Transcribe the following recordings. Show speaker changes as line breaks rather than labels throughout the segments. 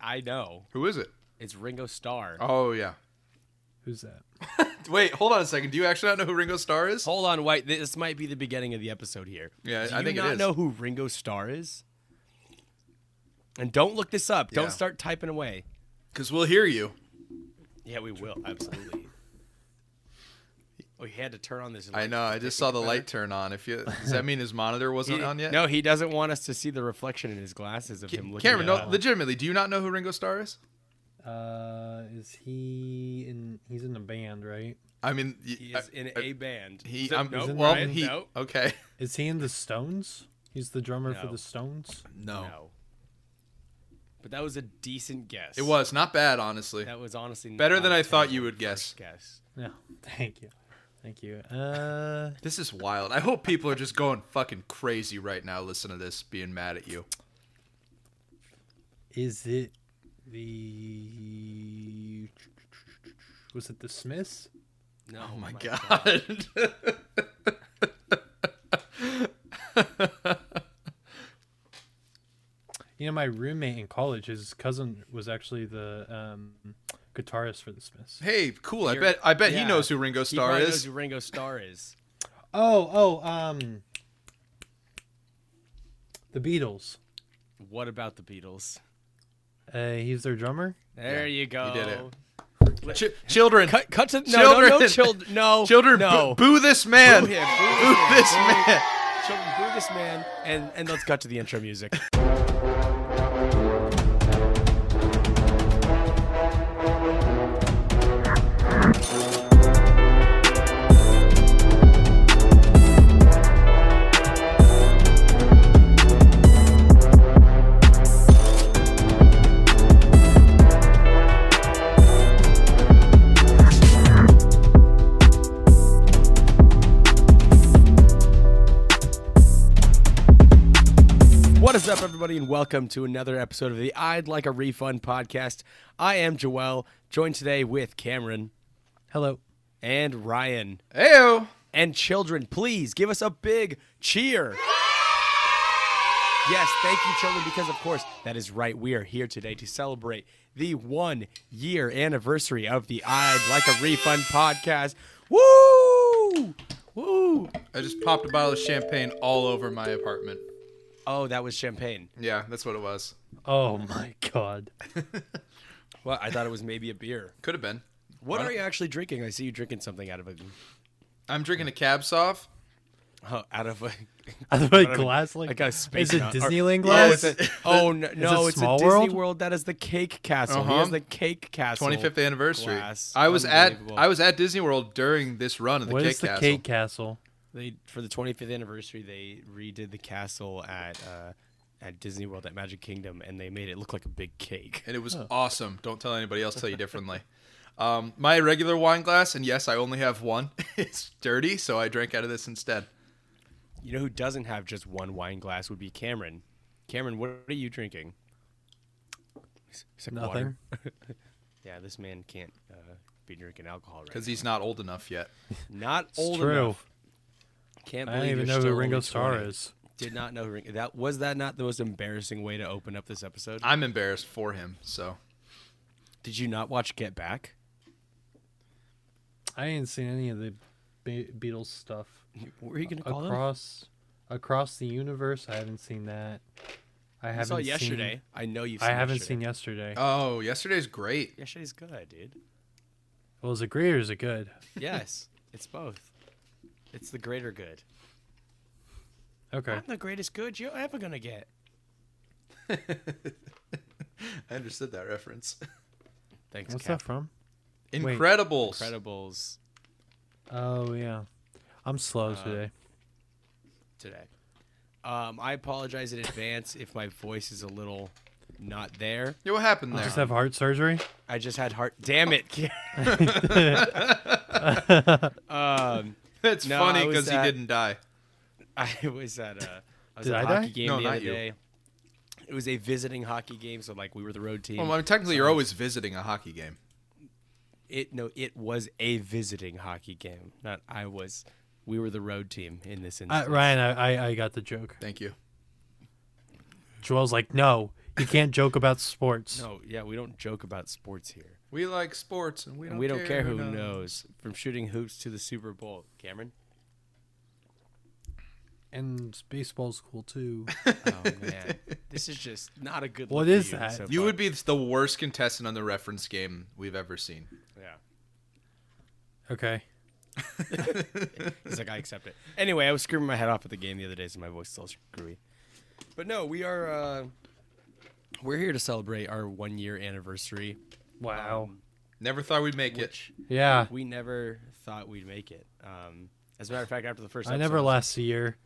I know.
Who is it?
It's Ringo Starr.
Oh yeah.
Who's that?
Wait, hold on a second. Do you actually not know who Ringo Starr is?
Hold on, White. This might be the beginning of the episode here.
Yeah,
Do
I
you
think it
not
is.
know who Ringo Starr is? And don't look this up.
Yeah.
Don't start typing away.
Because we'll hear you.
Yeah, we will absolutely. we had to turn on this.
I know. I just saw the light turn on. If you does that mean his monitor wasn't on yet?
No, he doesn't want us to see the reflection in his glasses of him looking.
Cameron,
at
no,
us.
legitimately, do you not know who Ringo Starr is?
Uh, is he in? He's in a band, right?
I mean, y-
he is in
I-
a band.
he.
So-
I'm,
no,
Isn't
well,
that-
he.
no,
Okay.
Is he in the Stones? He's the drummer for
No.
the Stones.
No.
no. But that was a decent guess.
It was not bad, honestly.
That was honestly
Better
not
than
a
I thought you
terrible
would guess.
first guess.
No, thank you, thank you. Uh,
This is wild. I hope people are just going fucking crazy right now. Listen to this, being mad at you.
Oh
is it the? Was it the Smiths?
No,
Oh my god.
You know, my roommate in college, his cousin was actually the um, guitarist for the Smiths.
hey, cool. I
You're-
bet. I bet he
yeah.
knows who Ringo
He
Starr
probably
is.
knows who Ringo Starr is.
Oh, oh, um, the Beatles.
What about the Beatles?
Uh, he's their drummer.
There you go.
did it. Ch- children,
Cut, cut to no, no, no,
Children.
children, no,
children,
no.
boo, boo this man.
Boo him, boo
Boo this
boo-
man.
Children, boo this man, and and let's cut to the intro music. What is up, everybody, and welcome to another episode of the I'd Like a Refund podcast. I am Joel, joined today with Cameron
Hello.
and Ryan.
Heyo.
And children, please give us a big cheer. Yes, thank you, children, because of course, that is right. We are here today to celebrate the one year anniversary of the I'd Like a Refund podcast. Woo! Woo!
I just popped a bottle of champagne all over my apartment.
Oh, that was champagne.
Yeah, that's what it was.
Oh my God.
Well, I thought it was maybe a beer.
Could have been.
What are you actually drinking? I see you drinking something out of a
I'm drinking a cab sauv.
oh, out of a
I thought a glass like,
like a space
Is it
nut- or-
Disneyland
Oh,
glass?
it's a, oh no, no, it's
Small
a Disney
World?
World? That is the Cake Castle. He
Uh-huh.
has the Cake Castle.
25th anniversary.
glass.
I was at
Unbelievable.
I was at Disney World during this run of the
What
Cake
is the
Castle.
Cake Castle?
They for the 25th anniversary, they redid the castle at uh, at Disney World at Magic Kingdom, and they made it look like a big cake.
and it was awesome. Don't tell anybody else. Tell you differently. um, my regular wine glass, and yes, I only have one. it's dirty, so I drank out of this instead.
You know who doesn't have just one wine glass would be Cameron. Cameron, what are you drinking? He's- he's like,
Nothing.
"Water." Yeah, this man can't uh, be drinking alcohol right.
Because he's not old enough yet.
now. Not
It's
old
true.
enough. Can't
I don't
believe
even
you're
know who
still
Ringo
only
Starr
20.
is.
Did not know who Ringo. That was that not the most embarrassing way to open up this episode?
I'm embarrassed for him. So
Did you not watch Get Back?
I ain't seen any of the Be- Beatles stuff.
What were you gonna call them?
Across across the universe, I haven't seen that. I
I
haven't
saw
seen-
yesterday. I know you've. Seen
I haven't
yesterday.
seen yesterday.
oh, yesterday's great.
Yesterday's good, dude.
well, is it great or is it good?
Yes, it's both. It's the greater good.
Okay.
I'm the greatest good you're ever gonna get.
I understood that reference.
Thanks,
What's
Cap.
that from?
Incredibles.
Incredibles
Oh yeah, I'm slow today.
today. Um, I apologize in advance if my voice is a little not there.
Yeah, what happened
I
there?
just have heart surgery.
I just had heart. Damn it! Ca- um,
It's
No,
funny
I was
because he
at-
didn't die.
I was at a, I was
Did
at a
I
hockey
die?
game
No,
the
not
other
you.
day. It was a visiting hockey game, so like we were the road team.
Well, I mean, technically, you're always visiting a hockey game.
it no, it was a visiting hockey game. Not I was. We were the road team in this
Uh, I,
instance.
Ryan, I, I I got the joke.
Thank you.
Joel's like, no, You can't joke about sports.
No, yeah, we don't joke about sports here.
We like sports, and we don't.
And we don't care who
knows.
knows. From shooting hoops to the Super Bowl. Cameron?
And baseball's cool too.
Oh, man. this is just not a good
What
look for
is
you
that?
so
You
far.
would be the worst contestant on the reference game we've ever seen.
Yeah.
Okay.
He's like, I accept it. Anyway, I was screaming my head off at the game the other day, so my voice is all screwy. But no, we are uh, we're here to celebrate our one year anniversary.
Wow.
Never thought we'd make it.
yeah.
Um, We never thought we'd make it. Um, as a matter of fact, after the first,
I never
episode-
last a year.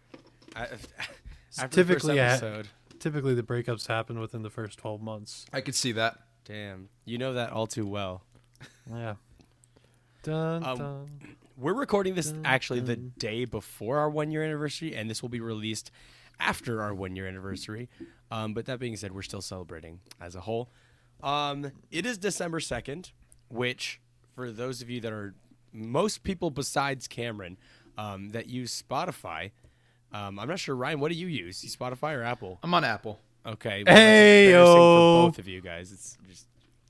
I, after
Typically,
the
I-
first episode,
Typically, the breakups happen within the first 12 months.
I could see that.
damn, you know that all too well.
Yeah. Dun,
Um,
dun.
We're recording this actually the day before our one year anniversary, and this will be released after our one year anniversary. Um, but that being said, we're still celebrating as a whole. Um, it is December 2nd, which, for those of you that are most people besides Cameron um, that use Spotify, um, I'm not sure, Ryan, what do you use? You Spotify or Apple?
I'm on Apple.
Okay. well, that's
Hey,
embarrassing
yo.
for both of you guys. It's just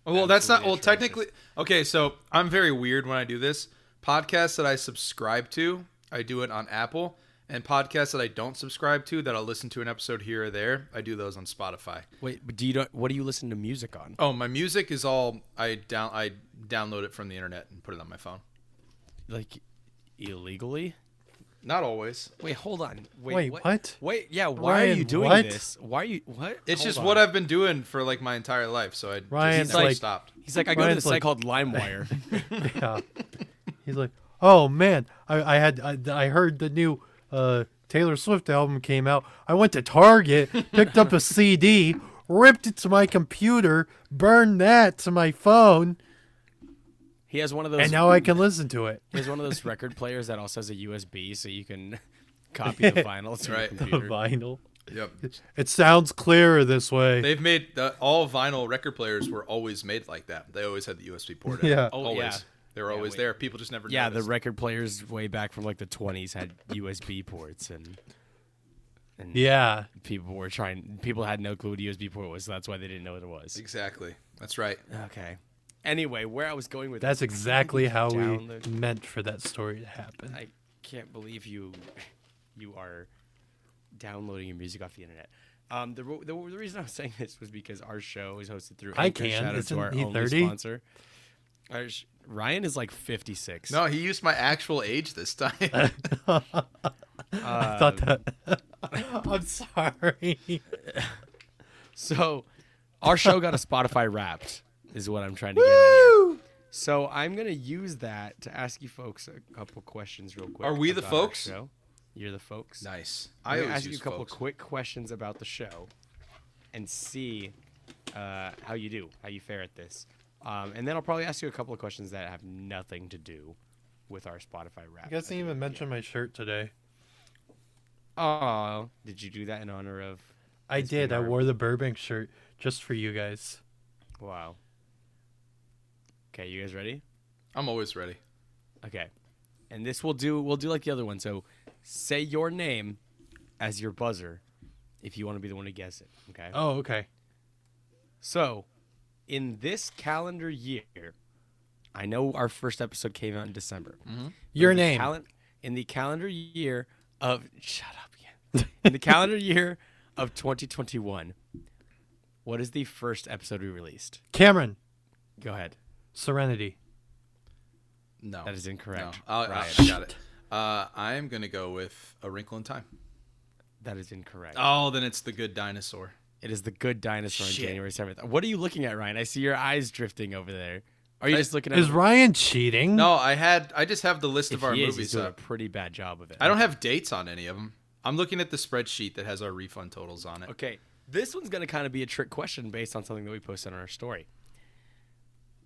Oh, Well, that's not. Well,
Absolutely atrocious.
technically, okay. So I'm very weird when I do this. Podcasts that I subscribe to, I do it on Apple, and podcasts that I don't subscribe to, that I'll listen to an episode here or there, I do those on Spotify.
wait. But do you don't? What do you listen to music on?
Oh, my music is all I down. I download it from the internet and put it on my phone.
Like illegally?
Not always.
Wait, hold on. Wait,
Wait, what?
Wait, yeah. Why are
Ryan,
you doing
what?
this? Why are you what?
It's
Hold
just
on.
what I've been doing for like my entire life. So I
Ryan's
just never
like-
stopped.
He's like, I go to
Ryan's
this site
like-
called LimeWire.
yeah. He's like, oh man, I, I had I, I heard the new uh, Taylor Swift album came out. I went to Target, picked up a CD, ripped it to my computer, burned that to my phone,
he has one of those.
and now I can listen to it.
he has one of those record players that also has a USB, so you can copy the vinyl to your
Right.
The
computer.
vinyl.
Yep.
It sounds clearer this way.
They've made uh, all vinyl record players were always made like that. They always had the USB port. In.
Yeah.
Oh,
always.
yeah.
They were always
wait.
there. People just never.
Yeah, the
noticed.
record players way back from like the 20s had USB ports, and
yeah.
people were trying. People had no clue what a USB port was, so that's why they didn't know what it was.
exactly. That's right.
Okay. Anyway, where I was going with
That's
this-
exactly how
Download.
we meant for that story to happen.
I can't believe you you are downloading your music off the internet. Um, the, ro- the, the reason I was saying this was because our show is hosted through.
I
Anchor.
can.
Shout out
Isn't
to our
he
only
30?
sponsor. Our sh- Ryan is like fifty six.
No, he used my actual age this time.
I thought that. I'm sorry.
So our show got a Spotify Wrapped, is what I'm trying to get. At here. So I'm gonna use that to ask you folks a couple questions real quick.
Are we the
about our
folks?
show. You're the folks.
nice.
I'm
I
gonna
always
ask you
use
a couple
folks.
quick questions about the show, and see uh, how you do, how you fare at this, um, and then I'll probably ask you a couple of questions that have nothing to do with our Spotify wrap.
I guess I even mentioned my shirt today.
Oh, did you do that in honor of?
I
It's
did. I
bizarre.
wore the Burbank shirt just for you guys.
Wow. Okay, you guys ready?
I'm always ready.
Okay, and this will do. We'll do like the other one. So, say your name as your buzzer, if you want to be the one to guess it. Okay.
Oh, okay.
So, in this calendar year, I know our first episode came out in December.
Mm-hmm.
Your
In the
name.
calen- in the calendar year of shut up again. in the calendar year of 2021, what is the first episode we released?
Cameron.
Go ahead.
Serenity.
No,
That is incorrect.
No. I, I,
Ryan.
I got it. Uh, I am gonna go with A Wrinkle in Time.
That is incorrect.
Oh, then it's The Good Dinosaur.
It is the Good Dinosaur
Shit.
on January 7th. What are you looking at, Ryan? I see your eyes drifting over there. Are you
I-
just looking at?
Is Ryan cheating?
No, I had. I just have the list
if
of our
he is, he's
movies
doing a
up.
pretty bad job of it.
I don't have dates on any of them. I'm looking at the spreadsheet that has our refund totals on it.
Okay, this one's going to kind of be a trick question based on something that we posted on our story.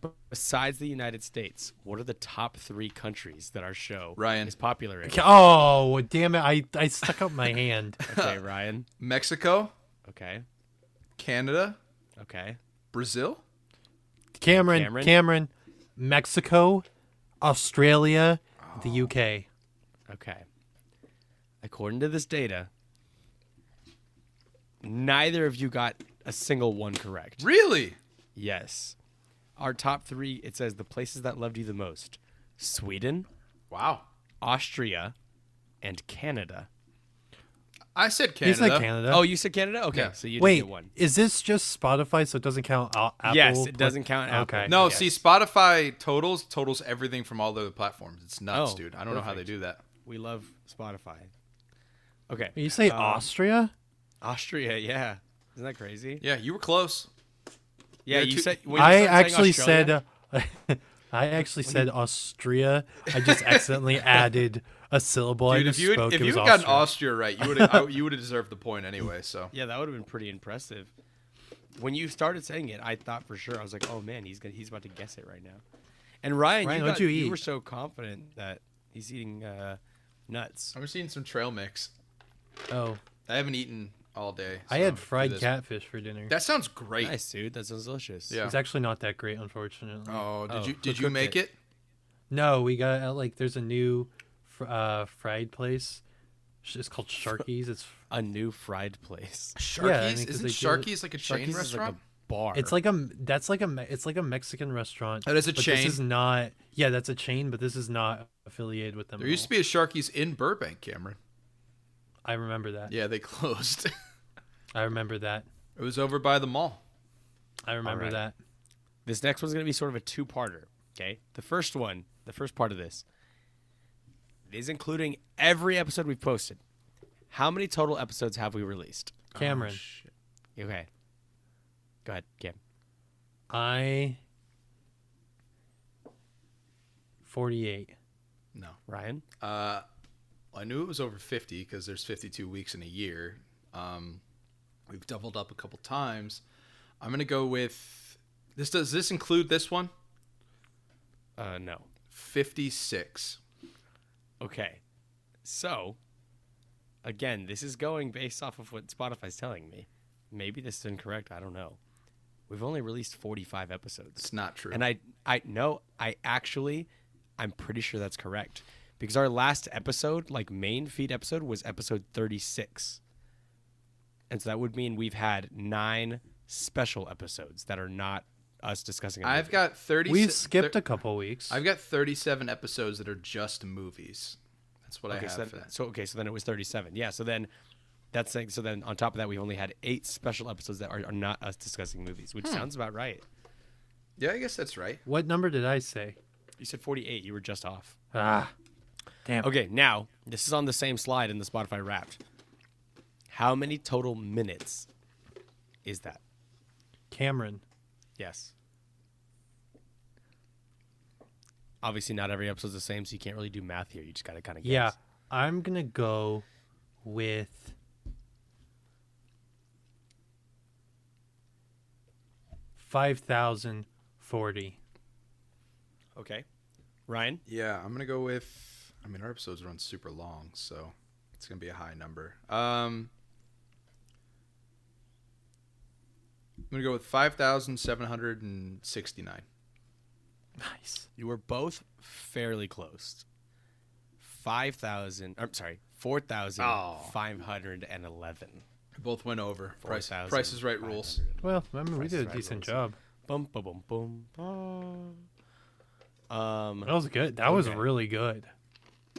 B- Besides the United States, what are the top three countries that our show
Ryan.
is popular in?
Ca- Oh, damn it. I, I stuck up my hand.
Okay, Ryan.
Mexico,
Okay,
Canada,
okay.
Brazil.
Cameron.
Cameron?
Cameron. Mexico. Australia.
Oh.
The UK.
Okay. According to this data, neither of you got a single one correct.
Really?
Yes. Our top three, it says the places that loved you the most Sweden,
Wow.
Austria, and Canada.
I said Canada.
He said Canada.
Oh, you said Canada? Okay.
Yeah.
So you
Wait,
didn't get one.
is this just Spotify? So it doesn't count uh, Apple?
Yes, it
Pla-
doesn't count Apple.
Okay.
No,
Yes.
see, Spotify totals totals everything from all the other platforms. It's nuts,
Oh,
dude. I don't know how they
perfect.
do that.
We love Spotify. Okay.
You say
Uh,
Austria?
Austria, yeah. Isn't that crazy?
Yeah, you were close.
Yeah,
Yeah,
you
two-
said. when you
I
started saying
actually
Australia-
said. Uh, I actually said Austria. I just accidentally added a syllable. I
Dude, if
just
you had,
spoke.
if
it
you
was
had gotten Austria
Austria.
right, you would have you would have deserved the point anyway. So
Yeah, that would have been pretty impressive. When you started saying it, I thought for sure I was like, "Oh man, he's gonna, he's about to guess it right now." And Ryan,
Ryan,
you,
what'd
got-
you
were
eat?
so confident that he's eating uh, nuts.
I'm just eating some trail mix.
Oh,
I haven't eaten all day.
I
so
had
do
fried
this.
catfish for dinner.
That sounds great.
Nice, dude. That sounds delicious.
Yeah.
It's actually not that great, unfortunately.
Oh, did
Oh, who
you did you
cooked
make it?
No, we got at like there's a new fr- uh, fried place. Sh- It's called Sharky's. It's
A new fried place.
Sharkies?
I mean, 'cause
Isn't
they do it-
Sharkies like a
Sharky's
chain
is like
restaurant?
a bar.
it's like a m- that's like a me- it's like a Mexican restaurant.
That is a
but
chain.
This is not yeah, that's a chain, but this is not affiliated with them.
there used to be a Sharkies in Burbank, Cameron.
I remember that.
Yeah, they closed.
I remember that.
it was over by the mall.
I remember
right.
that.
This next one's going to be sort of a two parter. Okay. The first one, the first part of this is including every episode we've posted. How many total episodes have we released?
Oh,
Cameron,
Okay. Go ahead, Cam.
I 48.
No.
Ryan?
Uh, I knew it was over 50 because there's 52 weeks in a year. Um, we've doubled up a couple times. I'm gonna go with this. Does this include this one?
Uh, no.
56.
Okay. So, again, this is going based off of what Spotify's telling me. Maybe this is incorrect. I don't know. We've only released 45 episodes.
It's not true.
And I I no, I actually I'm pretty sure that's correct. Because our last episode, like main feed episode, was episode 36. And so that would mean we've had nine special episodes that are not us discussing. a
I've
movie.
got 30.
We've skipped a couple weeks.
I've got 37 episodes that are just movies. That's what I
okay,
have
so,
for
then,
that.
so okay, so then it was 37. Yeah, so then that's saying so then on top of that we only had eight special episodes that are, are not us discussing movies, which sounds about right.
Yeah, I guess that's right.
what number did I say?
You said 48, you were just off.
Ah. Damn.
Okay, now this is on the same slide in the Spotify Wrapped. How many total minutes is that?
Cameron.
Yes. Obviously, not every episode's the same, so you can't really do math here. You just got to kind of guess.
Yeah, I'm going to go with Five thousand forty.
Okay. Ryan.
Yeah, I'm gonna go with. I mean, our episodes run super long, so it's gonna be a high number. Um, I'm gonna go with five thousand seven hundred and sixty-nine.
Nice.
You were both fairly close. 5,000, I'm sorry, 4,511.
Both went over. Price,
4,000.
Price is Right rules.
Well, I mean, we
Price
did
is
a
Right
decent
rules.
job.
Bum, ba, bum, boom, bum. Um,
That was good. That was
Okay.
really good.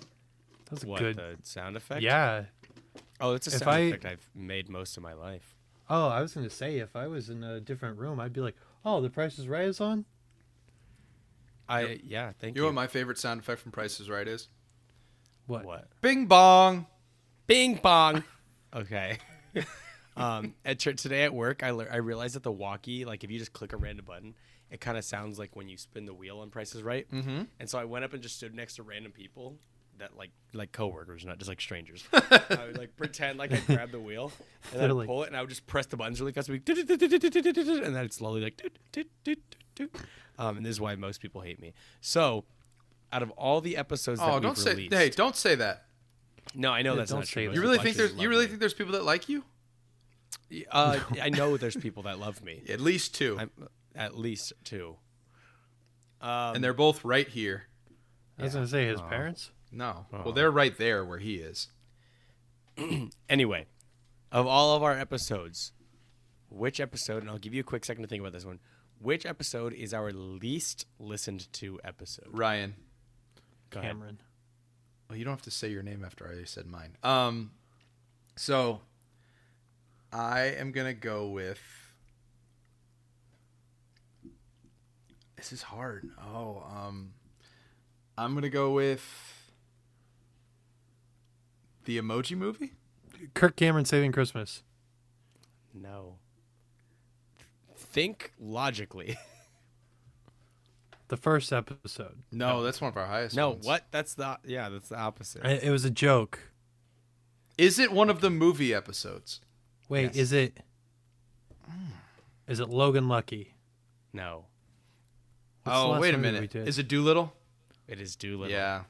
That was a
what,
good.
the sound effect?
Yeah.
Oh, it's a
If
sound
I-
effect I've made most of my life.
Oh, I was gonna say if I was in a different room, I'd be like, "Oh, the Price is Right is on."
I yeah, thank
You
you.
know what my favorite sound effect from Price is Right is?
What?
what?
Bing bong.
Bing bong. okay. um, at church today at work, I lear I realized that the walkie, like if you just click a random button, it kind of sounds like when you spin the wheel on Prices Right. Mm-hmm. And so I went up and just stood next to random people that like like coworkers, not just like strangers. I would like pretend like I grabbed the wheel and then
They're like-
I'd pull it, and I would just press the buttons really fast, and be and then it's slowly like. doot, doot, doot, doot, doot. Um, and this is why most people hate me. So, out of all the episodes that
Oh,
we've
don't say.
released,
Hey, don't say that.
no, I know that's
don't
not true.
say
Most people
You
that.
really think
actually
there's?
love
You really
me.
think there's people that like you?
Uh, I know there's people that love me.
At least 2
I'm at least two. um,
and they're both right here.
I was gonna say his
Oh.
parents.
No. Well, they're right there where he is.
Anyway, of all of our episodes, which episode, and I'll give you a quick second to think about this one. Which episode is our least listened to episode?
Ryan.
Go ahead.
Cameron.
Well, you don't have to say your name after I already said mine. Um, so I am gonna go with. This is hard. Oh, um, I'm gonna go with the Emoji Movie.
Kirk Cameron saving Christmas.
No. Think logically.
The first episode.
No, that's one of our highest.
no,
ones.
what? That's the yeah, that's the opposite.
I- It was a joke.
is it? One of the movie episodes.
Wait,
Yes. Mm.
is it? Is it Logan Lucky?
No,
What's the
oh,
last
wait a
movie we
minute.
did?
Is it Doolittle?
it is Doolittle.
Yeah,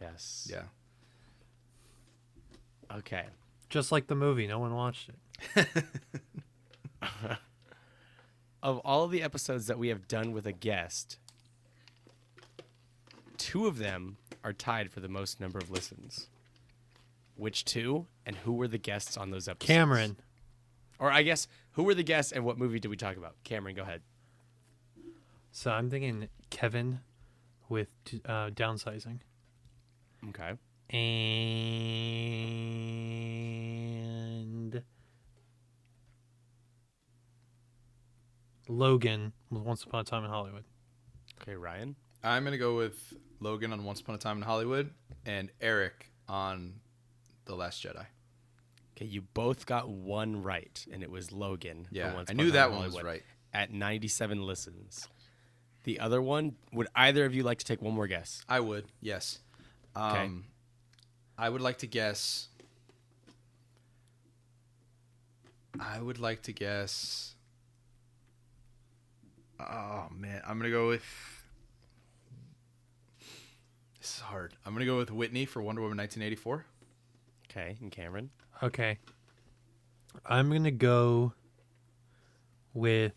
Yes.
yeah.
Okay.
Just like the movie, no one watched it.
Of all the episodes that we have done with a guest, two of them are tied for the most number of listens. Which two and who were the guests on those episodes?
Cameron.
Or I guess who were the guests and what movie did we talk about? Cameron, go ahead.
So I'm thinking Kevin with uh, downsizing.
Okay.
and Logan was Once Upon a Time in Hollywood.
Okay, Ryan.
I'm gonna go with Logan on Once Upon a Time in Hollywood and Eric on The Last Jedi.
Okay, you both got one right, and it was Logan. for
Yeah,
Once
I
Upon a
knew
Time
that
in
one was
Hollywood
right.
At 97 listens. The other one, would either of you like to take one more guess?
I would, yes. Um,
Okay.
I would like to guess. I would like to guess. Oh man, I'm gonna go with. This is hard. I'm gonna go with Whitney for Wonder Woman 1984.
Okay, and Cameron.
Okay. I'm going to go with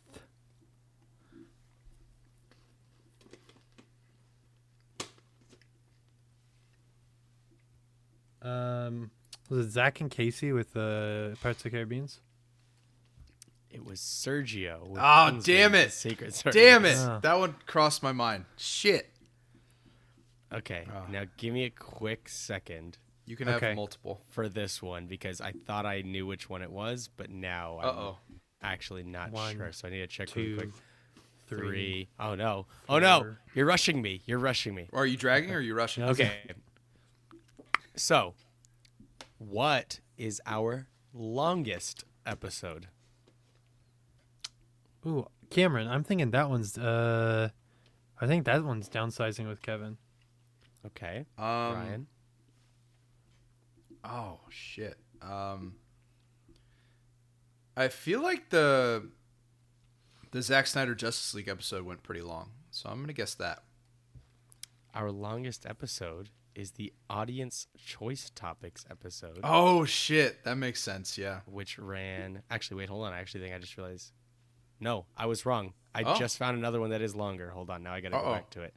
um was it Zach and Casey with uh, Pirates of the Caribbean's?
It was Sergio. with
Ah,
Kingsman,
damn it.
the Secret Service.
Damn it!
Yeah.
That one crossed my mind. Shit.
Okay,
Ah.
now give me a quick second
You can
Okay.
have multiple.
for this one because I thought I knew which one it was, but now
Uh oh.
I'm actually not
One,
sure. So I need to check
Two,
really quick.
three.
Oh no. Oh no.
four.
You're rushing me. You're rushing me.
Are you dragging or are you rushing?
No.
Okay. So, what is our longest episode?
Ooh, Cameron, I'm thinking that one's uh I think that one's downsizing with Kevin.
Okay.
Um,
Ryan.
Oh shit. Um, I feel like the the Zack Snyder Justice League episode went pretty long, so I'm gonna guess that.
Our longest episode is the audience choice topics episode,
Oh shit, that makes sense. Yeah.
which ran. Actually, wait, hold on. I actually think I just realized. No, I was wrong. I
Oh.
just found another one that is longer. Hold on. Now I got to go
Uh-oh.
back to it.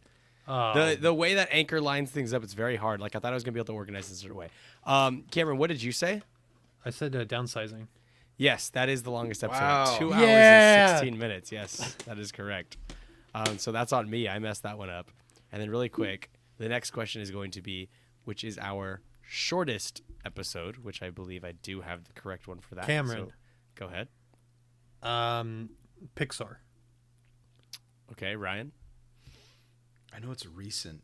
Uh,
The, the way that Anchor lines things up, it's very hard. Like, I thought I was going to be able to organize this in a certain way. Um, Cameron, what did you say?
I said uh, downsizing.
Yes, that is the longest episode.
Wow.
Two
Yeah.
hours and 16 minutes. Yes, that is correct. Um, so that's on me. I messed that one up. And then, really quick, the next question is going to be which is our shortest episode, which I believe I do have the correct one for that.
Cameron.
So, go ahead.
Um, Pixar.
Okay, Ryan.
I know it's recent.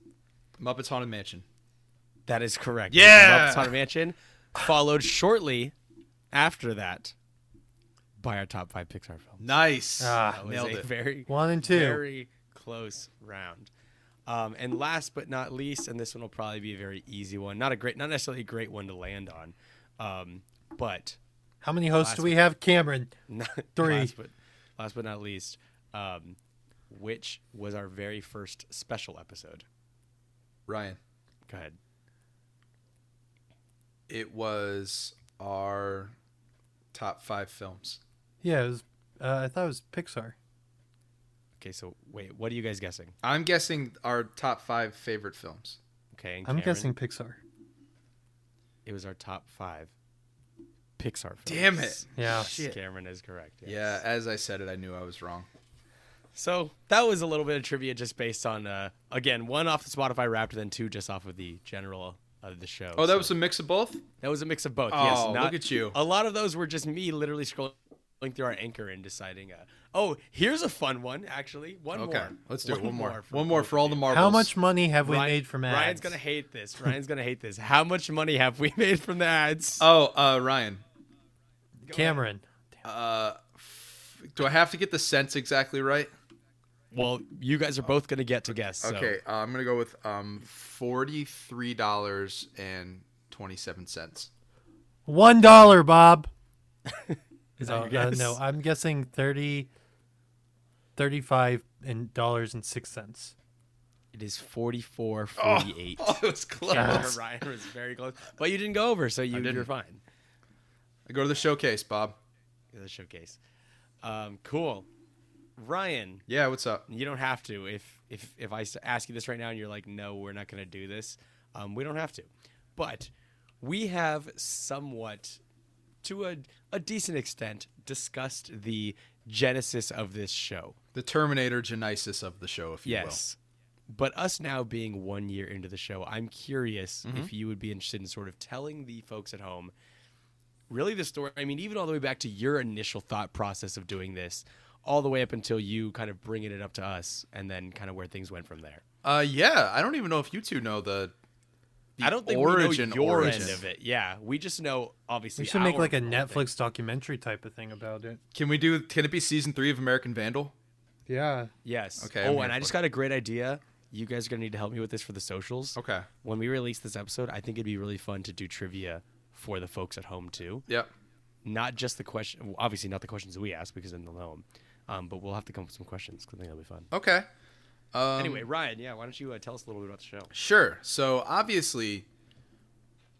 Muppets Haunted Mansion.
That is correct.
Yeah!
Muppets Haunted Mansion, followed shortly after that by our top five Pixar films.
Nice.
Ah,
That was
Nailed
a
it.
very
One and two.
very close round. Um, and last but not least, and this one will probably be a very easy one. Not a great, not necessarily a great one to land on, um, but
How many hosts
Last
do we have, Cameron?
not,
Three.
Last but, last but not least, um, which was our very first special episode.
Ryan.
Go ahead.
It was our top five films.
Yeah, it was. Uh, I thought it was Pixar.
Okay, so wait, what are you guys guessing?
I'm guessing our top five favorite films.
Okay, and
I'm
Cameron,
guessing Pixar.
it was our top five Pixar films.
Damn it.
Yeah.
Shit.
Cameron is correct. yes.
Yeah, as I said it, I knew I was wrong.
So that was a little bit of trivia just based on, uh, again, one off the Spotify Wrapped, then two just off of the general uh, of the show.
Oh, that
So
was a mix of both?
that was a mix of both. yes,
Oh,
not,
look at you.
A lot of those were just me literally scrolling through our anchor and deciding, uh, oh, here's a fun one, actually. One
Okay.
more.
Let's do it. One more.
for
One more
both
for
of
all
you.
the marbles.
How much money have we
Ryan-
made from ads?
Ryan's gonna hate this. Ryan's gonna hate this. How much money have we made from the ads?
Oh, uh, Ryan.
Cameron.
Uh, f- do I have to get the cents exactly right?
well, you guys are both gonna get to guess. So.
Okay, uh, I'm gonna go with um forty-three dollars and twenty-seven cents.
One dollar, Bob.
Is that
No,
your
uh,
guess?
no, I'm guessing 30 35 and dollars and six cents.
It is forty-four forty-eight.
Oh, it was close.
Yes.
Ryan was very close, but you didn't go over, so you, you're
didn't.
fine.
I go to the showcase, Bob.
The showcase, um, cool. Ryan,
Yeah, what's up?
you don't have to. If if if I s- ask you this right now and you're like, no, we're not gonna do this, um, we don't have to. But we have somewhat, to a a decent extent, discussed the genesis of this show.
The Terminator Genesis of the show, if you
Yes. But us now being one year into the show, I'm curious if you would be interested in sort of telling the folks at home really the story. I mean, even all the way back to your initial thought process of doing this, all the way up until you kind of bringing it up to us and then kind of where things went from there.
will. Uh, yeah. I don't even know if you two know the. the
I don't think
origin
we know your
origin.
end of it. Yeah. We just know, obviously.
We should make
our
like a
own thing.
Netflix documentary type of thing about it.
Can we do? Can it be season three of American Vandal?
Yeah.
Yes.
Okay, I'm
Oh,
here
and I
for
just
it.
got a great idea. You guys are going to need to help me with this for the socials.
Okay.
When we release this episode, I think it'd be really fun to do trivia for the folks at home too.
Yep.
Not just the question, obviously not the questions we ask because then they'll know 'em. Um, but we'll have to come up with some questions 'cause I think that'll be fun.
Okay. Um,
anyway, Ryan, yeah, why don't you uh, tell us a little bit about the show?
Sure. So obviously,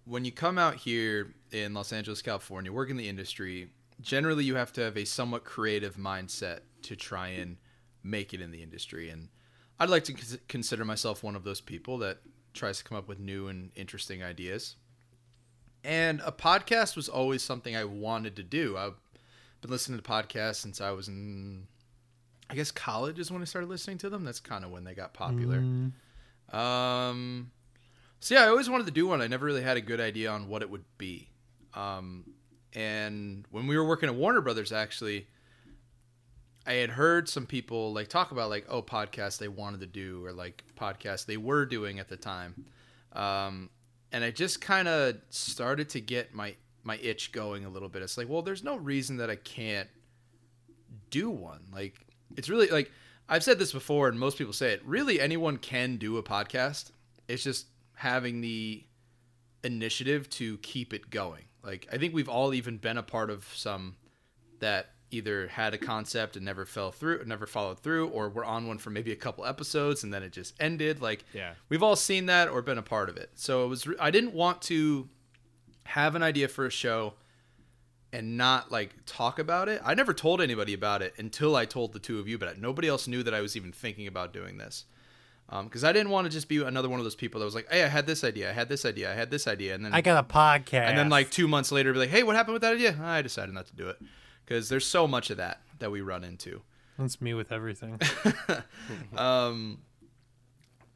when you come out here in Los Angeles, California, work in the industry, generally you have to have a somewhat creative mindset to try and make it in the industry. And I'd like to cons- consider myself one of those people that tries to come up with new and interesting ideas. And a podcast was always something I wanted to do. I've been listening to podcasts since I was in, I guess, college is when I started listening to them. That's kind of when they got popular. Um, so yeah, I always wanted to do one. I never really had a good idea on what it would be. Um, and when we were working at Warner Brothers, actually, I had heard some people like talk about like oh podcasts they wanted to do or like podcasts they were doing at the time, um, and I just kind of started to get my my itch going a little bit. It's like well, there's no reason that I can't do one. Like it's really like I've said this before and most people say it. Really anyone can do a podcast. It's just having the initiative to keep it going. Like I think we've all even been a part of some that either had a concept and never fell through, never followed through or were on one for maybe a couple episodes and then it just ended. Like
Yeah.
we've all seen that or been a part of it. So it was re- I didn't want to have an idea for a show and not like talk about it. I never told anybody about it until I told the two of you about it. Nobody else knew that I was even thinking about doing this. Because I didn't want to just be another one of those people that was like, "Hey, I had this idea, I had this idea, I had this idea," and then
I got a podcast.
and then like two months later, be like, "Hey, what happened with that idea?" I decided not to do it because there's so much of that that we run into.
that's me with everything.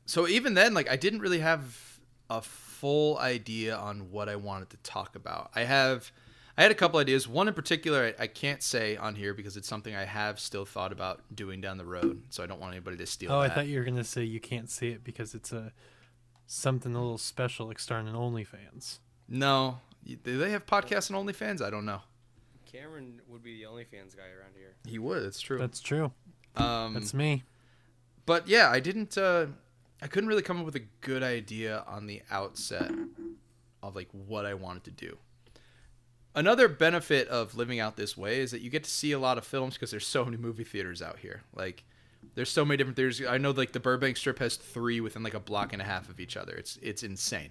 so even then like i didn't really have a full idea on what i wanted to talk about i have i had a couple ideas one in particular i, I can't say on here because it's something i have still thought about doing down the road so i don't want anybody to steal
Oh, I
that.
thought you were gonna say you can't see it because it's a something a little special like starting an OnlyFans.
no do they have podcasts and onlyfans i don't know
Cameron would be the OnlyFans guy around here.
he would it's true
That's true.
um,
That's me.
but yeah, I didn't. Uh, I couldn't really come up with a good idea on the outset of like what I wanted to do. Another benefit of living out this way is that you get to see a lot of films because there's so many movie theaters out here. Like, there's so many different theaters. I know like the Burbank Strip has three within like a block and a half of each other. It's it's insane.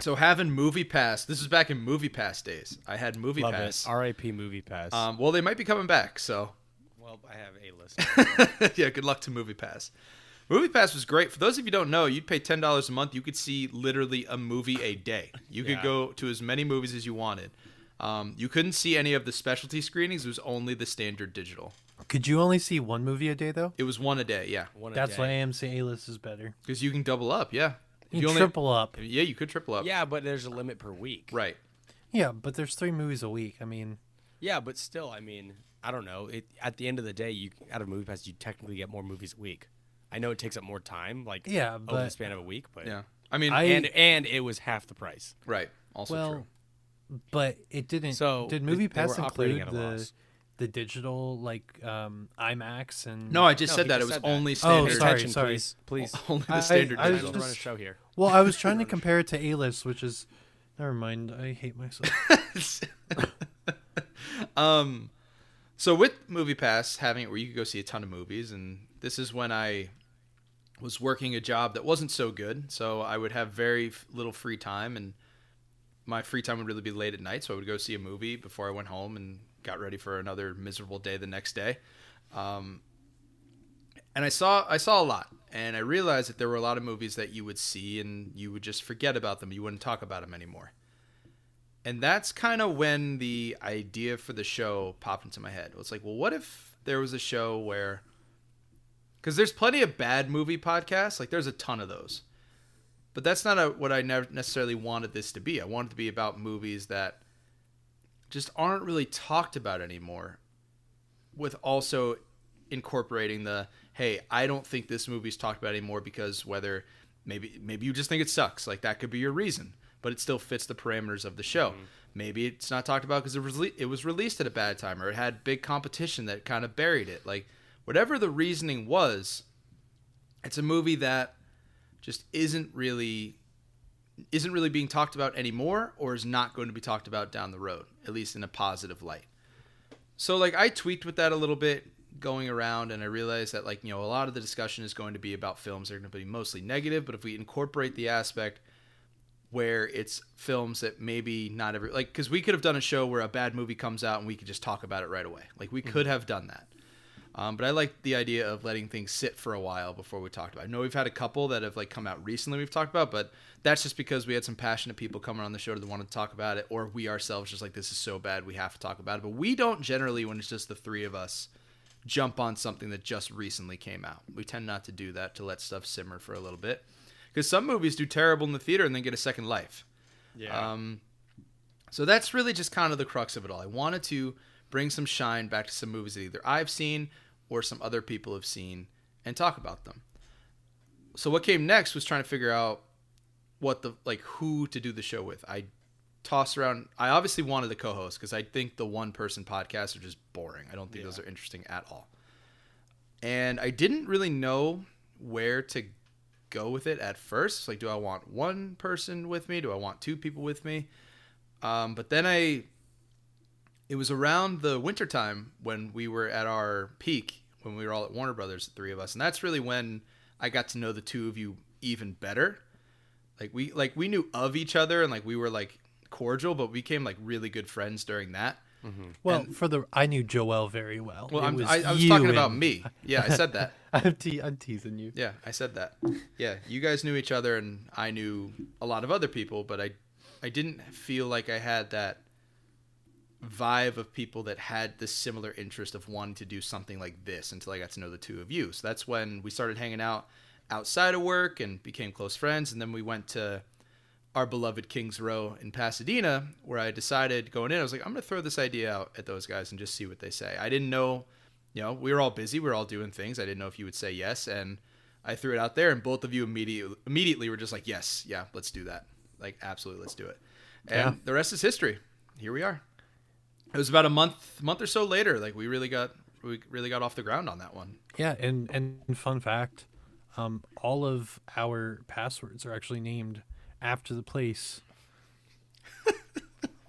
So having Movie Pass, this is back in Movie Pass days. I had Movie
Love
Pass.
it. R.I.P. Movie Pass.
Um, well, they might be coming back, so
well, I have a list.
yeah, good luck to Movie Pass. Movie Pass was great. For those of you who don't know, you'd pay ten dollars a month. You could see literally a movie a day. You could
Yeah.
go to as many movies as you wanted. Um, you couldn't see any of the specialty screenings. It was only the standard digital.
Could you only see one movie a day though?
It was one a day, yeah,
One a
That's
day.
why AMC A list is better.
because you can double up, yeah. If you
You,
only-
triple up.
yeah, you could triple up.
Yeah, but there's a limit per week.
right.
Yeah, but there's three movies a week. I mean,
Yeah, but still, I mean, I don't know. It, at the end of the day, you out of Movie Pass, you technically get more movies a week. I know it takes up more time, like
Yeah,
over the
but-
span of a week, but
Yeah, I mean,
I-
and and it was half the price.
right. Also
well,
true.
but it didn't.
So,
did
they-
Movie
they were
Pass
operating
include
at a
the
loss.
the digital like um, IMAX and
No, I just
No,
said
he
that
just
it was
said that.
only
Oh,
standard.
sorry,
Attention,
sorry.
please, please.
Only
I-
the standard
I was
digital.
don't run a
just-
show here.
Well, I was trying to compare it to A list, which is never mind. I hate myself.
um so with movie pass having it where you could go see a ton of movies and this is when i was working a job that wasn't so good so i would have very f- little free time and my free time would really be late at night so i would go see a movie before i went home and got ready for another miserable day the next day um, and i saw i saw a lot and i realized that there were a lot of movies that you would see and you would just forget about them you wouldn't talk about them anymore and that's kind of when the idea for the show popped into my head. It was like, well, what if there was a show where. Because there's plenty of bad movie podcasts. Like, there's a ton of those. But that's not a, what I never necessarily wanted this to be. I wanted it to be about movies that just aren't really talked about anymore, with also incorporating the hey, I don't think this movie's talked about anymore because whether maybe maybe you just think it sucks, like that could be your reason, but it still fits the parameters of the show. Maybe it's not talked about because it was rele- it was released at a bad time or it had big competition that kind of buried it. Like whatever the reasoning was, it's a movie that just isn't really isn't really being talked about anymore or is not going to be talked about down the road at least in a positive light so like i tweaked with that a little bit going around and i realized that like you know a lot of the discussion is going to be about films they're going to be mostly negative but if we incorporate the aspect where it's films that maybe not every like because we could have done a show where a bad movie comes out and we could just talk about it right away like we could have done that um, but I like the idea of letting things sit for a while before we talked about. it. I know we've had a couple that have like come out recently we've talked about, but that's just because we had some passionate people coming on the show that wanted to talk about it, or we ourselves just like this is so bad we have to talk about it. But we don't generally when it's just the three of us jump on something that just recently came out. We tend not to do that to let stuff simmer for a little bit, because some movies do terrible in the theater and then get a second life.
Yeah,
Um, so that's really just kind of the crux of it all. I wanted to bring some shine back to some movies that either I've seen or some other people have seen and talk about them. So what came next was trying to figure out what the like who to do the show with. I tossed around. I obviously wanted the co-host because I think the one person podcasts are just boring. I don't think those are interesting at all. And I didn't really know where to go with it at first. It's like, do I want one person with me? Do I want two people with me? Um, but then I, it was around the wintertime when we were at our peak, when we were all at Warner Brothers, the three of us. And that's really when I got to know the two of you even better. Like we, like we knew of each other and like we were like cordial, but we became like really good friends during that.
Well, for the I knew Joel very well.
Well,
It
I'm,
was
I, I was
you
talking about
and-
me. Yeah, I said that.
I'm, te- I'm teasing you.
Yeah, I said that. Yeah, you guys knew each other, and I knew a lot of other people, but I, I didn't feel like I had that vibe of people that had this similar interest of wanting to do something like this until I got to know the two of you. So that's when we started hanging out outside of work and became close friends, and then we went to our beloved Kings Row in Pasadena, where I decided going in, I was like, I'm gonna throw this idea out at those guys and just see what they say. I didn't know, you know, we were all busy, we were all doing things. I didn't know if you would say yes, and I threw it out there, and both of you immediately immediately were just like, yes, yeah, let's do that, like absolutely, let's do it. And
Yeah.
the rest is history. Here we are. It was about a month month or so later, like we really got we really got off the ground on that one.
Yeah, and and fun fact, um, all of our passwords are actually named after the place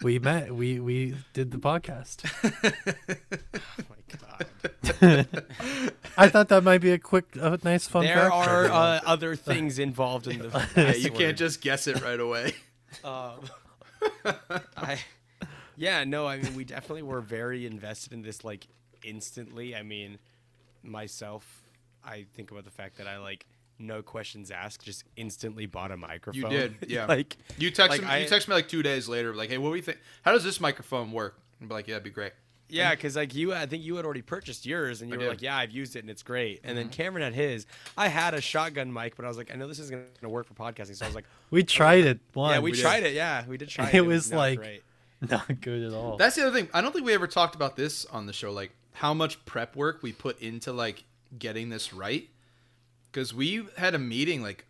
we met. We we did the podcast.
oh my God.
I thought that might be a quick, a nice fun
There
fact. for
are
everyone.
uh, other things involved in the.
Yeah, you
password.
can't just guess it right away.
Um, I, yeah, no, I mean, we definitely were very invested in this, like, instantly. I mean, myself, I think about the fact that I like no questions asked, just instantly bought a microphone.
did, yeah.
like
You text
Like,
me.
I-
you text me like two days later, like, "Hey, what do you think? How does this microphone work?" And be like, "Yeah, that'd be great."
yeah, because like you, I think you had already purchased yours, and you
I
were
did. Mm-hmm.
like, "Yeah, I've used it, and it's great." And then Cameron had his. I had a shotgun mic, but I was like, "I know this isn't going to work for podcasting," so I was like,
We tried it once.
"Yeah, we,
we did.
tried it. Yeah, we did try
It
it.
was
not
like-
great.
Not good at all.
That's the other thing. I don't think we ever talked about this on the show, like how much prep work we put into like getting this right. Because we had a meeting, like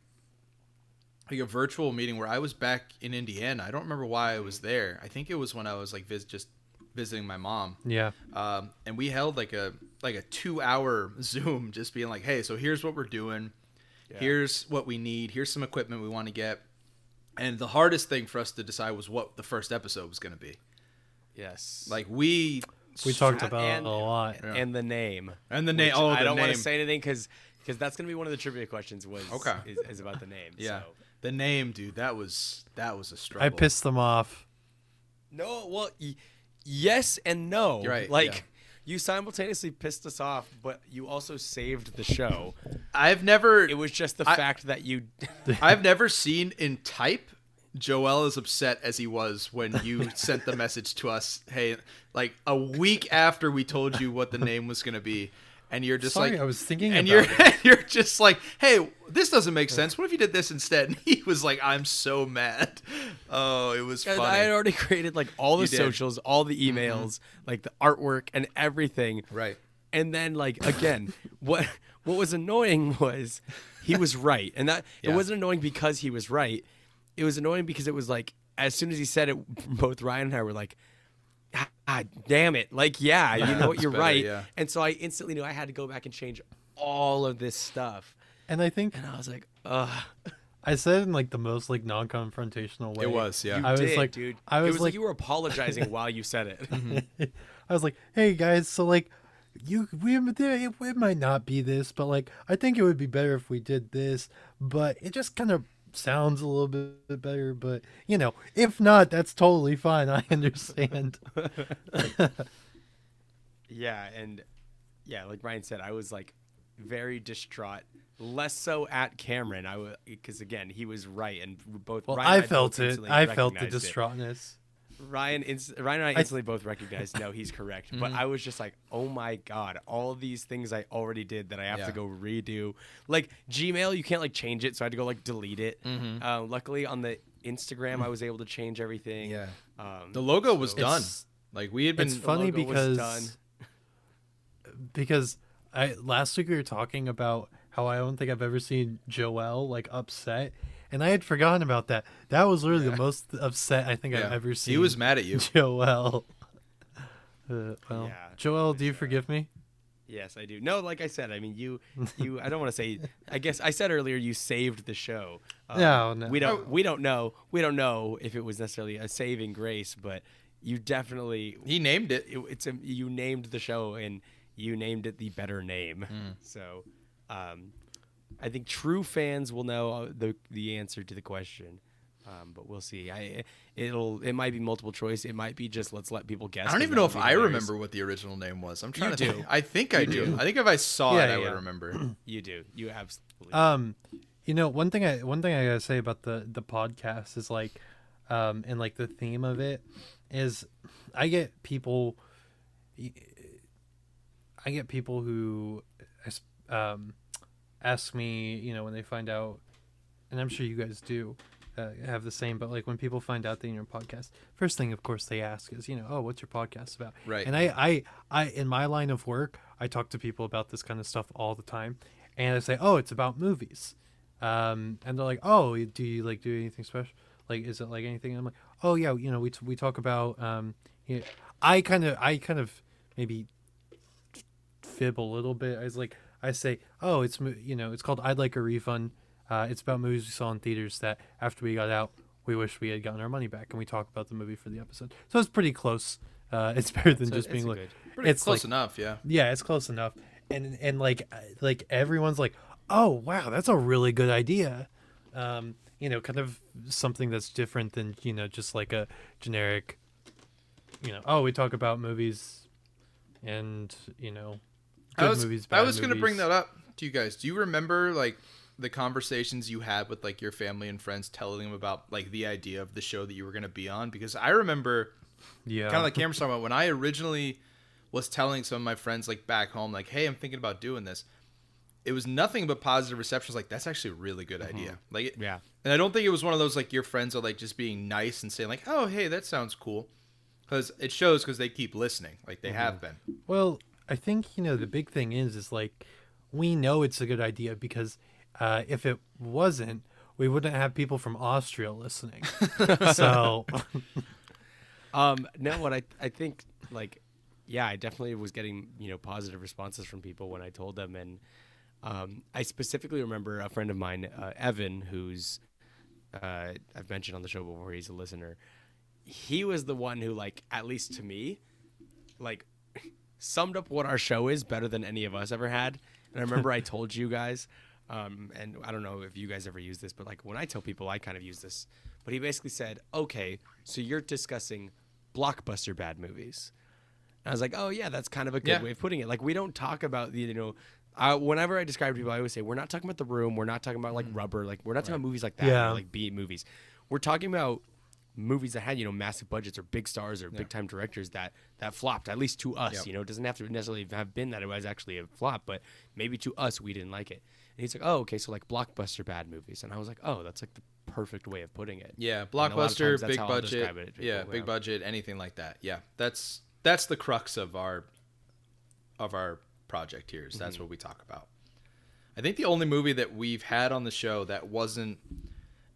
like a virtual meeting, where I was back in Indiana. I don't remember why I was there. I think it was when I was like vis- just visiting my mom.
yeah.
um, and we held like a like a two hour Zoom, just being like, "Hey, so here's what we're doing. Here's what we need. Here's some equipment we want to get." And the hardest thing for us to decide was what the first episode was going to be.
Yes,
Like we
We talked
That
about
and-
it a lot.
Yeah.
and the name.
and the name.
which
Oh, the
I don't
name.
want to say anything because that's going to be one of the trivia questions. Was
Okay.
is, is about the name.
yeah,
so.
the name, dude. That was that was a struggle.
I pissed them off.
No, well, y- yes and no.
You're right,
Like
yeah.
you simultaneously pissed us off, but you also saved the show.
I've never
It was just the
I-
fact that you.
I've never seen in type Joel as upset as he was when you sent the message to us. Hey, like a week after we told you what the name was going to be, and you're just
Sorry,
like,
I was thinking
and
about
you're
it.
and you're just like, hey, this doesn't make sense. What if you did this instead? And he was like, I'm so mad. Oh, it was
And
funny.
I had already created like all the
You did.
socials, all the emails, like the artwork and everything.
right.
And then like again, what what was annoying was he was right. And that
Yeah.
it wasn't annoying because he was right. It was annoying because it was like as soon as he said it both Ryan and I were like ah, ah, damn it. Like yeah, you know what
it's
you're
better,
right.
yeah.
And so I instantly knew I had to go back and change all of this stuff.
And I think
And I was like, uh
I said it in like the most like non-confrontational way.
It was, yeah.
I was
did,
like,
dude.
I was,
it was like,
like,
you were apologizing while you said it.
I was like, hey guys, so like, you we it, it might not be this, but like I think it would be better if we did this, but it just kind of sounds a little bit better. But you know, if not, that's totally fine. I understand.
Yeah, and yeah, like Ryan said, I was like very distraught. Less so at Cameron, I was because again he was right, and we both.
Well,
Ryan and
I felt
both
it.
instantly
I felt the
recognized it.
distraughtness.
Ryan, inst- Ryan and I instantly both recognized. No, he's correct. But
Mm-hmm.
I was just like, oh my god, all these things I already did that I have
Yeah.
to go redo. Like Gmail, you can't like change it, so I had to go like delete it.
Mm-hmm.
Uh, luckily on the Instagram,
Mm.
I was able to change everything.
Yeah.
um,
The logo was
so-
done.
It's-
Like we had been.
It's funny
logo was done.
because because I last week we were talking about how I don't think I've ever seen Joel like upset, and I had forgotten about that. That was literally the most upset I think
yeah.
I've ever seen.
He was mad at you.
Joel. Uh, well,
Yeah,
Joel, do you forgive me?
Yes, I do. No, like I said, I mean, you, you. I don't want to say. I guess I said earlier you saved the show. Um,
No, no.
we
Oh.
don't. We don't know. We don't know if it was necessarily a saving grace, but you definitely.
He named it.
It, it's a, you named the show and you named it the better name.
Hmm.
So, um, I think true fans will know uh, the the answer to the question. Um, but we'll see. I it'll it might be multiple choice. It might be just let's let people guess.
I don't
'cause
even
that
know
would
if
be
I
hilarious.
remember what the original name was. I'm trying
You
to.
do.
Think. I think I do. I think if I saw it,
Yeah,
I would
yeah.
remember.
You do. You absolutely.
Um, you know, one thing I one thing I gotta say about the the podcast is like, um, and like the theme of it is, I get people, I get people who, um, ask me, you know, when they find out, and I'm sure you guys do. Uh, have the same, but like when people find out that you're in a podcast, first thing, of course, they ask is, you know, oh, what's your podcast about?
Right.
And I, I, I, in my line of work, I talk to people about this kind of stuff all the time, and I say, "Oh, it's about movies," um, and they're like, "Oh, do you like do anything special? Like, is it like anything?" And I'm like, "Oh yeah, you know, we t- we talk about." Um, you know, I kind of, I kind of maybe fib a little bit. I was like, I say, "Oh, it's mo- you know, it's called I'd Like a Refund." Uh, it's about movies we saw in theaters that after we got out, we wish we had gotten our money back, and we talk about the movie for the episode. So it's pretty close. Uh, it's better than just
it's
being
a
like,
good-
Pretty
it's
close
like,
enough, yeah.
yeah, it's close enough. And and like uh, like everyone's like, oh wow, that's a really good idea. Um, you know, kind of something that's different than you know just like a generic. You know, oh, we talk about movies, and you know, good
I was
movies.
I
bad
was gonna bring
movies.
that up to you guys. Do you remember like the conversations you had with like your family and friends telling them about like the idea of the show that you were going to be on? Because I remember
Yeah.
kind of like Cameron's talking about when I originally was telling some of my friends like back home, like, "Hey, I'm thinking about doing this." It was nothing but positive receptions. Like, that's actually a really good idea. Like, it,
Yeah.
And I don't think it was one of those like your friends are like just being nice and saying like, "Oh, hey, that sounds cool," because it shows because they keep listening, like they have been.
Well, I think you know the big thing is is like we know it's a good idea because uh, if it wasn't, we wouldn't have people from Austria listening. so
Um, no, what I I think like, yeah, I definitely was getting you know positive responses from people when I told them, and um, I specifically remember a friend of mine, uh, Evan, who's uh, I've mentioned on the show before. He's a listener. He was the one who like, at least to me, like summed up what our show is better than any of us ever had. And I remember I told you guys, um, and I don't know if you guys ever use this, but like when I tell people, I kind of use this. But he basically said, "Okay, so you're discussing blockbuster bad movies." And I was like, "Oh yeah, that's kind of a good
Yeah.
way of putting it." Like we don't talk about the you know. I, whenever I describe to people, I always say we're not talking about the room, we're not talking about like rubber, like we're not talking about movies like that, or,
Yeah.
like B movies. We're talking about movies that had you know massive budgets or big stars or big time directors that that flopped at least to us
Yep.
you know it doesn't have to necessarily have been that it was actually a flop but maybe to us we didn't like it and he's like oh okay so like blockbuster bad movies and i was like oh that's like the perfect way of putting it
Yeah,
a lot of times
blockbuster,
that's
big
how I'll
budget.
describe it to
yeah,
people,
big
yeah.
budget, anything like that. Yeah, that's that's the crux of our of our project here. Is
Mm-hmm.
that's what we talk about. I think the only movie that we've had on the show that wasn't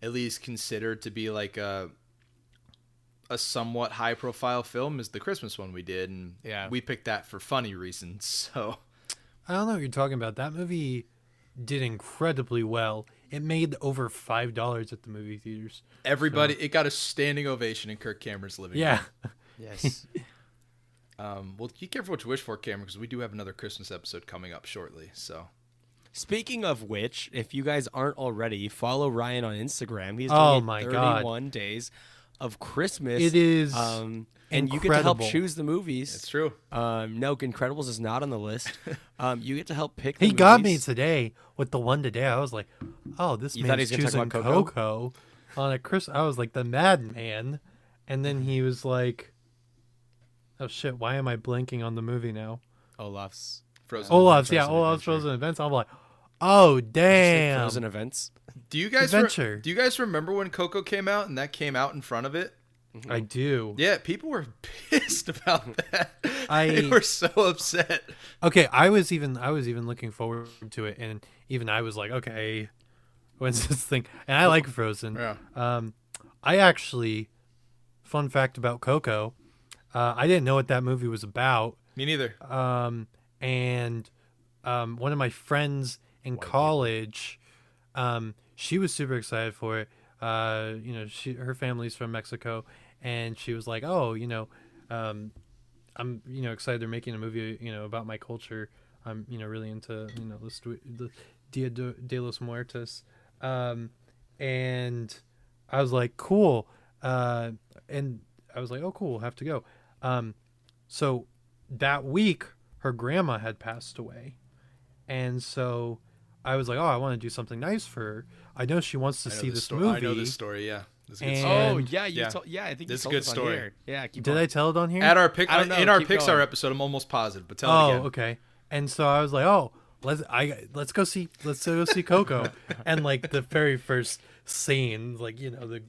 at least considered to be like a a somewhat high profile film is the Christmas one we did, and
Yeah.
we picked that for funny reasons. So
I don't know what you're talking about. That movie did incredibly well. It made over five dollars at the movie theaters.
everybody, it got a standing ovation in Kirk Cameron's living room.
Yeah.
yes
Um, well, be careful what you wish for, Cameron, because we do have another Christmas episode coming up shortly. So
speaking of which if you guys aren't already follow ryan on instagram he's
Oh
doing
my God.
31 days of christmas um,
It is
and you get to help
incredible.
choose the movies
it's true.
um no incredibles is not on the list um you get to help pick the
He got me
movies.
today with the one today. I was like, "Oh, this
You thought
man's
he was
choosing
gonna talk
Coco?
about Coco?
on a Chris." I was like, "The madman," and then he was like, "Oh shit! Why am I blanking on the movie now?"
olaf's
Frozen.
Olaf's,
Frozen
yeah, Olaf's
Adventure.
Frozen Events. I'm like, "Oh damn!"
frozen events
do you guys re-
Adventure.
do you guys remember when Coco came out and that came out in front of it?
I do.
Yeah, people were pissed about that.
I-
they were so upset.
Okay, I was even I was even looking forward to it, and even I was like, "Okay, when's this thing?" And I like Frozen.
Yeah.
Um, I actually, fun fact about Coco, uh, I didn't know what that movie was about.
Me neither.
Um, and um, one of my friends in college, um, she was super excited for it. Uh, you know, she her family's from Mexico, and she was like, "Oh, you know, um, I'm you know excited they're making a movie you know about my culture. I'm you know really into you know the, stu- the Dia de, de los Muertos." Um, and I was like, "Cool," uh, and I was like, "Oh, cool, have to go." Um, so that week, her grandma had passed away. And so I was like, oh, I want to do something nice for her. I know she wants to
I know
see
this
this
sto-
movie.
I know this story. Yeah, This is a good
And-
story.
Oh
And-
yeah, you
yeah.
told yeah. I think
This
you
is
told
a good
us on
story.
here. Yeah, keep
Did
on.
I tell it on here?
At our pic-
I don't know,
in our
keep
Pixar
going.
episode, I'm almost positive, but tell
oh,
it again.
okay. And so I was like, oh, let's I let's go see let's go see Coco. and like the very first scene, like you know the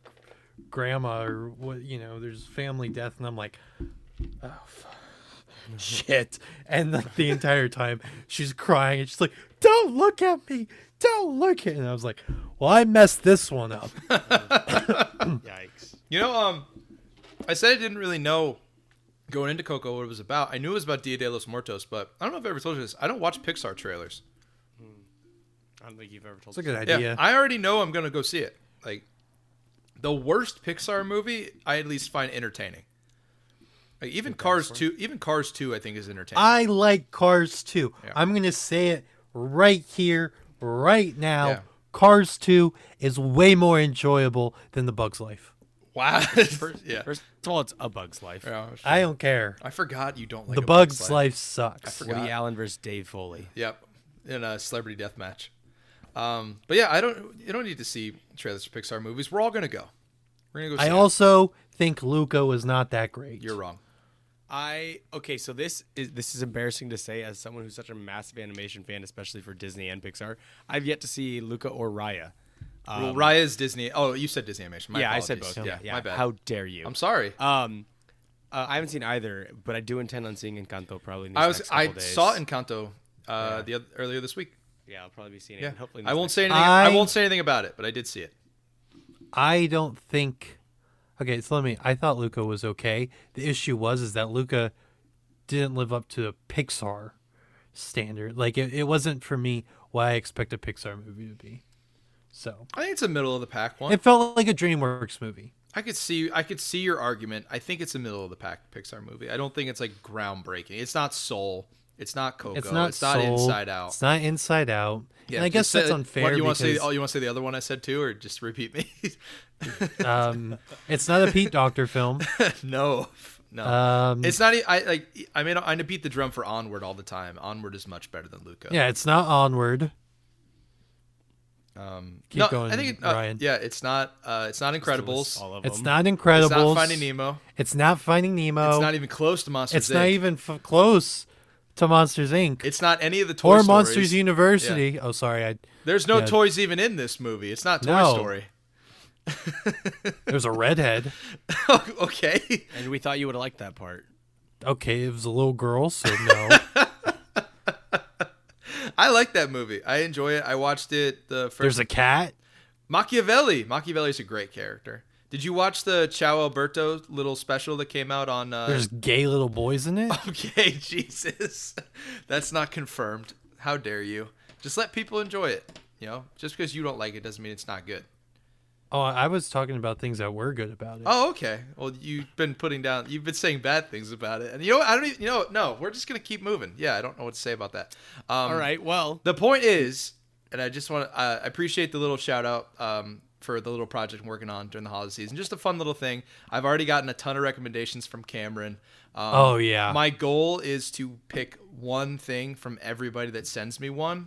grandma or what you know, there's family death, and I'm like, oh. Fuck. Shit, and like the entire time she's crying and she's like, "Don't look at me, don't look at." And I was like, "Well, I messed this one up."
Yikes!
You know, um, I said I didn't really know going into Coco what it was about. I knew it was about Dia de los Muertos, but I don't know if I ever told you this. I don't watch Pixar trailers.
I don't think you've ever told.
It's a good
Yeah,
idea.
I already know I'm gonna go see it. Like the worst Pixar movie, I at least find entertaining. Like even Cars two, even Cars two, I think is entertaining.
I like Cars 2.
Yeah.
I'm going to say it right here, right now.
Yeah.
Cars 2 is way more enjoyable than The Bug's Life.
wow. yeah.
First of all, it's a Bug's Life.
Yeah, sure.
I don't care.
I forgot you don't like
The
a
Bug's
Bug's
Life sucks.
forgot.
Woody
God.
Allen versus Dave Foley.
Yep. in a celebrity death match. Um, but yeah, I don't. You don't need to see trailers for Pixar movies. We're all gonna go. We're gonna go. See
I
it.
also think Luca was not that great.
You're wrong.
I okay, so this is this is embarrassing to say as someone who's such a massive animation fan, especially for Disney and Pixar. I've yet to see Luca or Raya.
well, Raya's Disney. Oh, you said Disney animation. My
Um, yeah, I said
apologies.
both.
Yeah,
Yeah, yeah.
my bad.
How dare you?
I'm sorry.
Um, uh, I haven't seen either, but I do intend on seeing Encanto probably. In these
I was.
next
I
couple days.
saw Encanto uh, the other, earlier this week.
Yeah, I'll probably be seeing it.
Yeah.
Hopefully, in
I
these
won't
next
say anything. I...
I-
won't say anything about it, but I did see it.
I don't think. Okay, so let me. I thought Luca was okay. The issue was is that Luca didn't live up to the Pixar standard. Like it, it wasn't for me what I expect a Pixar movie to be. So
I think it's a middle of the pack one.
it felt like a DreamWorks movie.
I could see. I could see your argument. I think it's a middle of the pack Pixar movie. I don't think it's like groundbreaking. It's not Soul. Oh, It's not Coco.
It's not Soul,
Inside Out.
It's not Inside Out. and I
just
guess
say-
that's unfair
What, you want
because
to say? Oh, you want to say the other one I said too, or just repeat me?
um, it's not a Pete Doctor film.
no, no.
Um,
it's not. e- I like. I mean, I beat the drum for Onward all the time. Onward is much better than Luca.
yeah, it's not Onward.
Um,
Keep
no,
going,
I think it, uh,
Ryan.
Yeah, it's not. Uh, it's not
days.
Incredibles.
All of
It's
them.
not Incredibles.
It's not Finding Nemo.
It's not Finding Nemo.
It's not even close to Monsters.
It's not
Inc.
even f- close to Monsters Inc.
It's not any of the Toy
or
Stories.
Monsters University. Oh, sorry, I,
There's no
Yeah.
toys even in this movie. It's not Toy
No.
Story.
there's a redhead.
okay.
And we thought you would have liked that part.
Hmm.
Okay, it was a little girl, so no.
I like that movie. I enjoy it. I watched it the first.
there's a cat.
Machiavelli. Machiavelli's a great character. Did you watch the Ciao Alberto little special that came out on? Uh...
There's gay little boys in it.
Okay, Jesus, that's not confirmed. How dare you? Just let people enjoy it. You know, just because you don't like it doesn't mean it's not good.
Oh, I was talking about things that were good about it.
Oh, okay. Well, you've been putting down. You've been saying bad things about it, and you know, what? I don't. Even, you know, what? no. We're just gonna keep moving. Yeah, I don't know what to say about that. Um,
All right, well,
The point is, and I just want to I appreciate the little shout out um, for the little project I'm working on during the holiday season. Just a fun little thing. I've already gotten a ton of recommendations from Cameron. Um,
Oh, yeah.
My goal is to pick one thing from everybody that sends me one.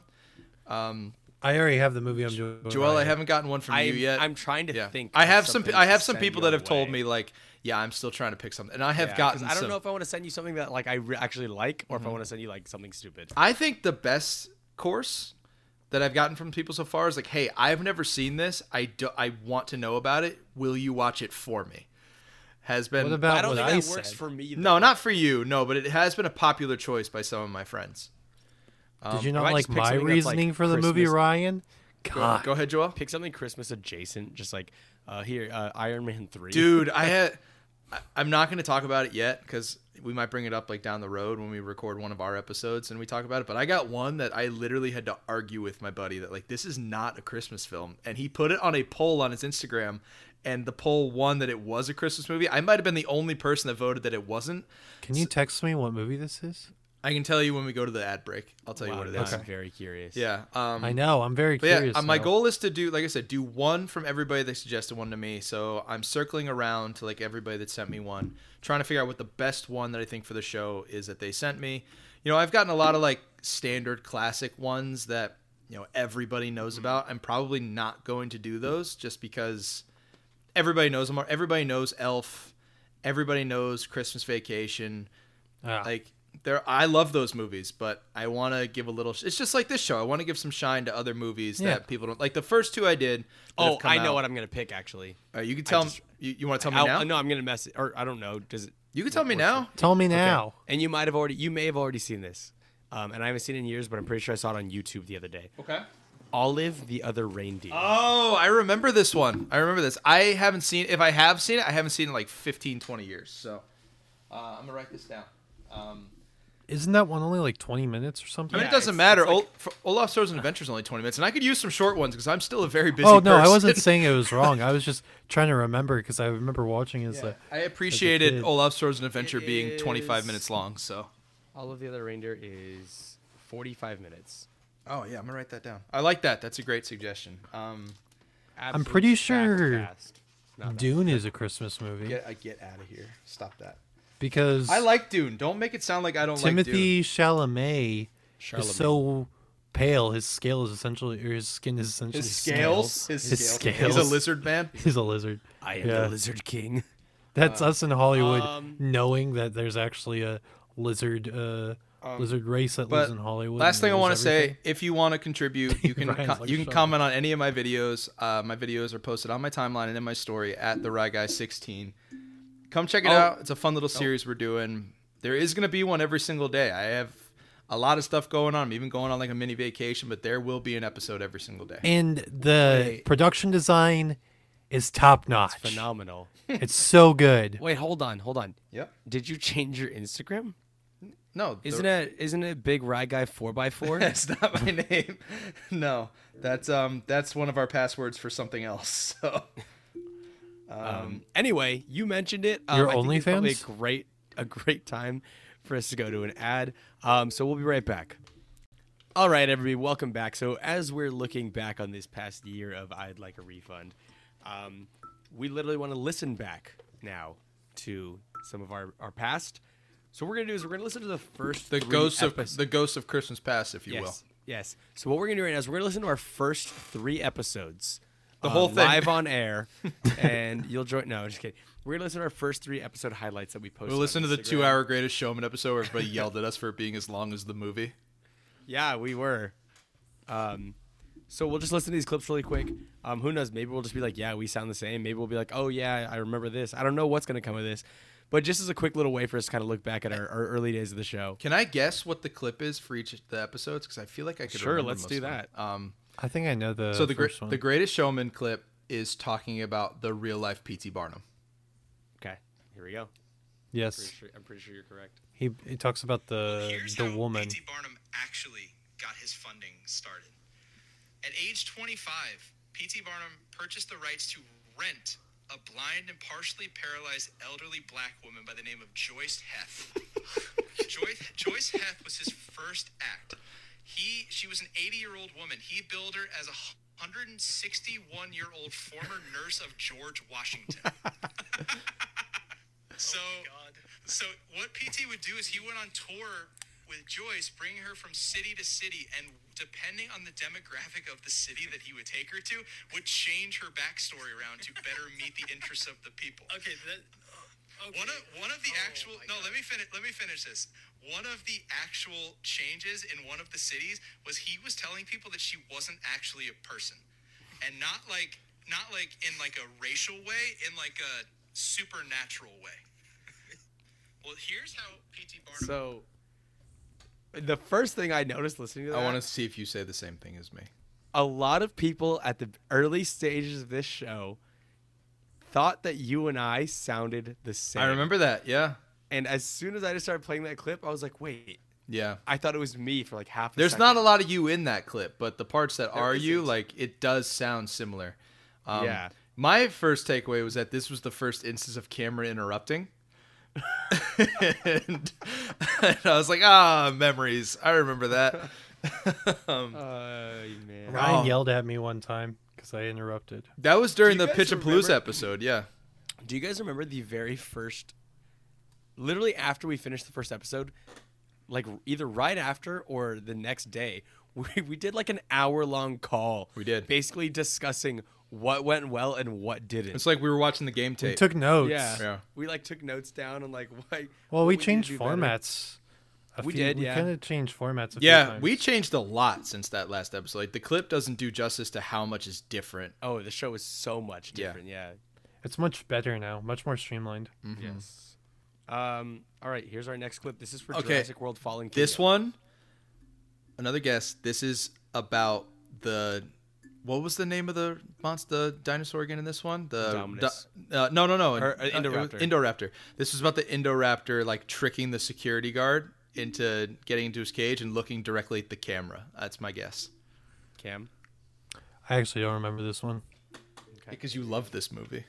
Um,
I already have the movie I'm doing.
Joel, I
right.
haven't gotten one from
I'm,
you yet.
I'm trying to
yeah.
think.
I
of
have some.
something
I
to
have some
send
people
your
that have told
way.
me like, yeah, I'm still trying to pick something, and I have
Yeah, 'cause
gotten.
I don't
some-
know if I want to send you something that like I re- actually like,
Mm-hmm.
or if I want to send you like something stupid.
I think the best course that I've gotten from people so far is like, "Hey, I've never seen this. I do, I want to know about it. Will you watch it for me?" Has been
What about
I don't
what
think
I
that
said?
works for me.
no, not for you, no, but it has been a popular choice by some of my friends.
Did you
um,
I just
not like
picked something
my
that's, like,
reasoning for the movie,
Christmas-
Ryan?
Go,
God,
go ahead, Joel.
pick something Christmas adjacent, just like uh, here uh, Iron Man three.
Dude, I had. I- I'm not going to talk about it yet because we might bring it up like down the road when we record one of our episodes and we talk about it. But I got one that I literally had to argue with my buddy that like this is not a Christmas film, and he put it on a poll on his Instagram, and the poll won that it was a Christmas movie. I might have been the only person that voted that it wasn't.
can you text me what movie this is?
I can tell you when we go to the ad break. I'll tell you
Wow,
what it
now
is.
I'm very curious.
Yeah. Um,
I know. I'm very
But
curious.
yeah, uh, my
now.
goal is to do, like I said, do one from everybody that suggested one to me. So I'm circling around to like everybody that sent me one, trying to figure out what the best one that I think for the show is that they sent me. You know, I've gotten a lot of like standard classic ones that, you know, everybody
Mm-hmm.
knows about. I'm probably not going to do those just because everybody knows them. Everybody knows Elf. Everybody knows Christmas Vacation
Ah.
like there i love those movies but i want to give a little sh- it's just like this show i want to give some shine to other movies
Yeah.
that people don't like the first two i did
Oh, I know what I'm gonna pick actually.
you can tell
just-
me you, you want to tell
I'll- uh,
me now
No, I'm gonna mess it, or I don't know. Does it?
you can tell me now
Tell me now.
And you might have already, you may have already seen this, um, and I haven't seen it in years, but I'm pretty sure I saw it on YouTube the other day.
okay
Olive the Other Reindeer.
oh i remember this one i remember this i haven't seen if i have seen it i haven't seen it in like 15 20 years so uh, i'm gonna write this down um,
Isn't that one only like 20 minutes or something?
I mean,
Yeah,
it doesn't
it's-
matter.
it's like-
Ol- for Olaf Stars and Adventures only 20 minutes, and I could use some short ones because I'm still a very busy
oh no, I
person.
wasn't saying it was wrong. I was just trying to remember because I remember watching it as
Yeah,
a
I appreciated
kid.
Olaf Swords and Adventure
It
being 25
is-
minutes long. So.
Olive the Other Reindeer is 45 minutes.
Oh yeah, I'm gonna write that down. I like that. That's a great suggestion. Um,
Absolute
pretty
stacked
sure-
cast. Not bad.
Dune is a Christmas movie
get I get out of here. Stop that.
because
I like Dune. Don't make it sound like I don't like Dune.
Timothy Chalamet is so pale. His scale is essentially, or his skin is essentially
His scales.
His,
His
scales.
scales. He's a lizard man.
He's a lizard.
I am
Yeah.
the Lizard King.
That's us in Hollywood
um,
knowing that there's actually a lizard, uh, lizard race that lives
but
in Hollywood.
Last
and
thing I
rules
want to
everything.
say, if you want to contribute, you can
Ryan's
co-
like,
you can
"Shut
comment on any of my videos. Uh, my videos are posted on my timeline and in my story at the Rye Guy 16. Come check it
Oh.
out. It's a fun little series we're doing. There is gonna be one every single day. I have a lot of stuff going on. I'm even going on like a mini vacation, but there will be an episode every single day.
and the
Wait.
production design is top notch. It's,
Phenomenal.
so good.
Wait, hold on, hold on.
Yep.
Did you change your Instagram?
No, the-
Isn't it isn't it Big Rye Guy four x four?
That's not my name. No, that's um that's one of our passwords for something else. So
Um, anyway, you mentioned it. Um,
Your
I think it's probably
OnlyFans?
a great a great time for us to go to an ad. Um, so we'll be right back. All right, everybody, welcome back. So as we're looking back on this past year of I'd like a refund, um, we literally want to listen back now to some of our our past. So what we're gonna do is we're gonna listen to the first
the
three
ghosts of
episodes.
the ghosts of Christmas past, if you will.
Yes. Yes. So what we're gonna do right now is we're gonna listen to our first three episodes, the
whole thing.
live on air, and you'll join. No, just kidding. We're gonna listen to our first three episode highlights that we posted.
We
on
listened to the
Instagram.
two-hour Greatest Showman episode where everybody yelled at us for it being as long as the movie.
Yeah, we were. Um, so we'll just listen to these clips really quick. Um, who knows? Maybe we'll just be like, yeah, we sound the same. Maybe we'll be like, oh yeah, I remember this. I don't know what's gonna come of this, but just as a quick little way for us to kind of look back at our, our early days of the show.
Can I guess what the clip is for each of the episodes? Because I feel like I could.
Sure,
remember
let's
most
do
of them. Um,
I think I know the
so the gre-
first one.
the Greatest Showman clip is talking about the real-life P.T. Barnum.
Okay, here we go.
yes,
Pretty sure- I'm pretty sure you're correct.
he he talks about the
Here's
the
how
woman.
P.T. Barnum actually got his funding started. At age 25, P.T. Barnum purchased the rights to rent a blind and partially paralyzed elderly black woman by the name of Joyce Heth. Joyce, Joyce Heth was his first act. He, she was an 80-year-old woman. He billed her as a 161-year-old former nurse of George Washington. So, so what PT would do is he went on tour with Joyce, bringing her from city to city, and depending on the demographic of the city that he would take her to, would change her backstory around to better meet the interests of the people.
Okay, that. Okay.
One of one of the
Oh
actual
my
no,
God.
let me finish let me finish this. One of the actual changes in one of the cities was he was telling people that she wasn't actually a person. And not like not like in like a racial way, in like a supernatural way. well, here's how PT Barnum
So, the first thing I noticed listening to that,
I want to see if you say the same thing as me.
a lot of people at the early stages of this show thought that you and I sounded the same.
I remember that. Yeah,
And as soon as I just started playing that clip, I was like, wait,
yeah.
I thought it was me for like half. A
There's
second.
not a lot of you in that clip, but the parts that are you,
isn't.
like, it does sound similar. Um,
Yeah.
My first takeaway was that this was the first instance of camera interrupting. and, and I was like, ah, memories. I remember that. um,
Uh, man.
Ryan
Oh.
yelled at me one time because I interrupted.
that was during
Do
the
you
Pitch
guys
of Palooza
remember-
episode. Yeah.
Do you guys remember the very first? Literally after we finished the first episode, like either right after or the next day, we, we did like an hour long call.
We did.
basically discussing what went well and what didn't.
It's like we were watching the game tape.
We took notes.
Yeah.
Yeah.
We like took notes down and like why.
Well,
what
we
need to
changed
do better.
formats. a
We did,
We
yeah.
kind of changed formats. A few
yeah,
times.
we changed a lot since that last episode. Like, the clip doesn't do justice to how much is different.
Oh, the show is so much
Yeah.
different. Yeah.
It's much better now. Much more streamlined.
Yes. Um. All right. Here's our next clip. This is for
Okay.
Jurassic World Fallen Kingdom.
This one, another guess. This is about the what was the name of the monster the dinosaur again in this one? The
Indominus.
di- uh, no, no, no,
Or, uh,
it was
Indoraptor.
Indoraptor. This was about the Indoraptor like tricking the security guard into getting into his cage and looking directly at the camera. That's my guess.
Cam.
I actually don't remember this one.
Because you love this movie.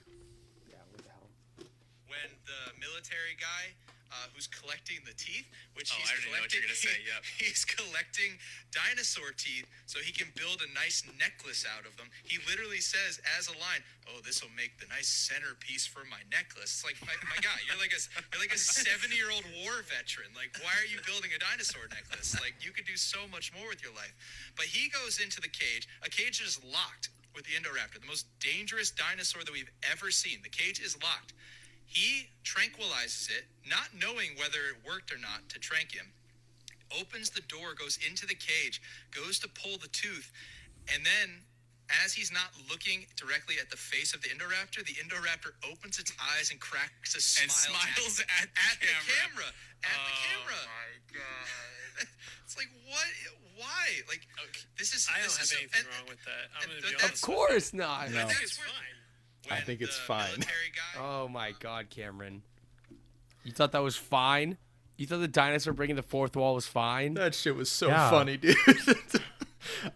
when the military guy uh, who who's collecting the teeth, which
Oh,
he's
I already know what
collecting.
you're gonna say, yep.
He's collecting dinosaur teeth so he can build a nice necklace out of them. He literally says as a line, "Oh, this will make the nice centerpiece for my necklace." It's like, my, my guy, you're like a you're like a 70 year old war veteran. Like, why are you building a dinosaur necklace? Like, you could do so much more with your life. But he goes into the cage. A cage is locked with the Indoraptor, the most dangerous dinosaur that we've ever seen. The cage is locked. He tranquilizes it, not knowing whether it worked or not to trank him opens the door, goes into the cage, goes to pull the tooth, and then as he's not looking directly at the face of the Indoraptor, the Indoraptor opens its eyes and cracks a smile
and smiles
at,
at,
at the camera. At the
Oh
camera.
my god.
It's like what? Why? Like
Okay.
this is.
I don't
this
have
is so-
anything
and-
wrong with that. I'm
and
gonna
th-
be
Of
honest.
course not.
No.
I think it's
That's
fine.
I
when
think it's
the
fine.
military guy-
Oh my God, Cameron. You thought that was fine? You thought the dinosaur breaking the fourth wall was fine?
That shit was so
Yeah.
funny, dude.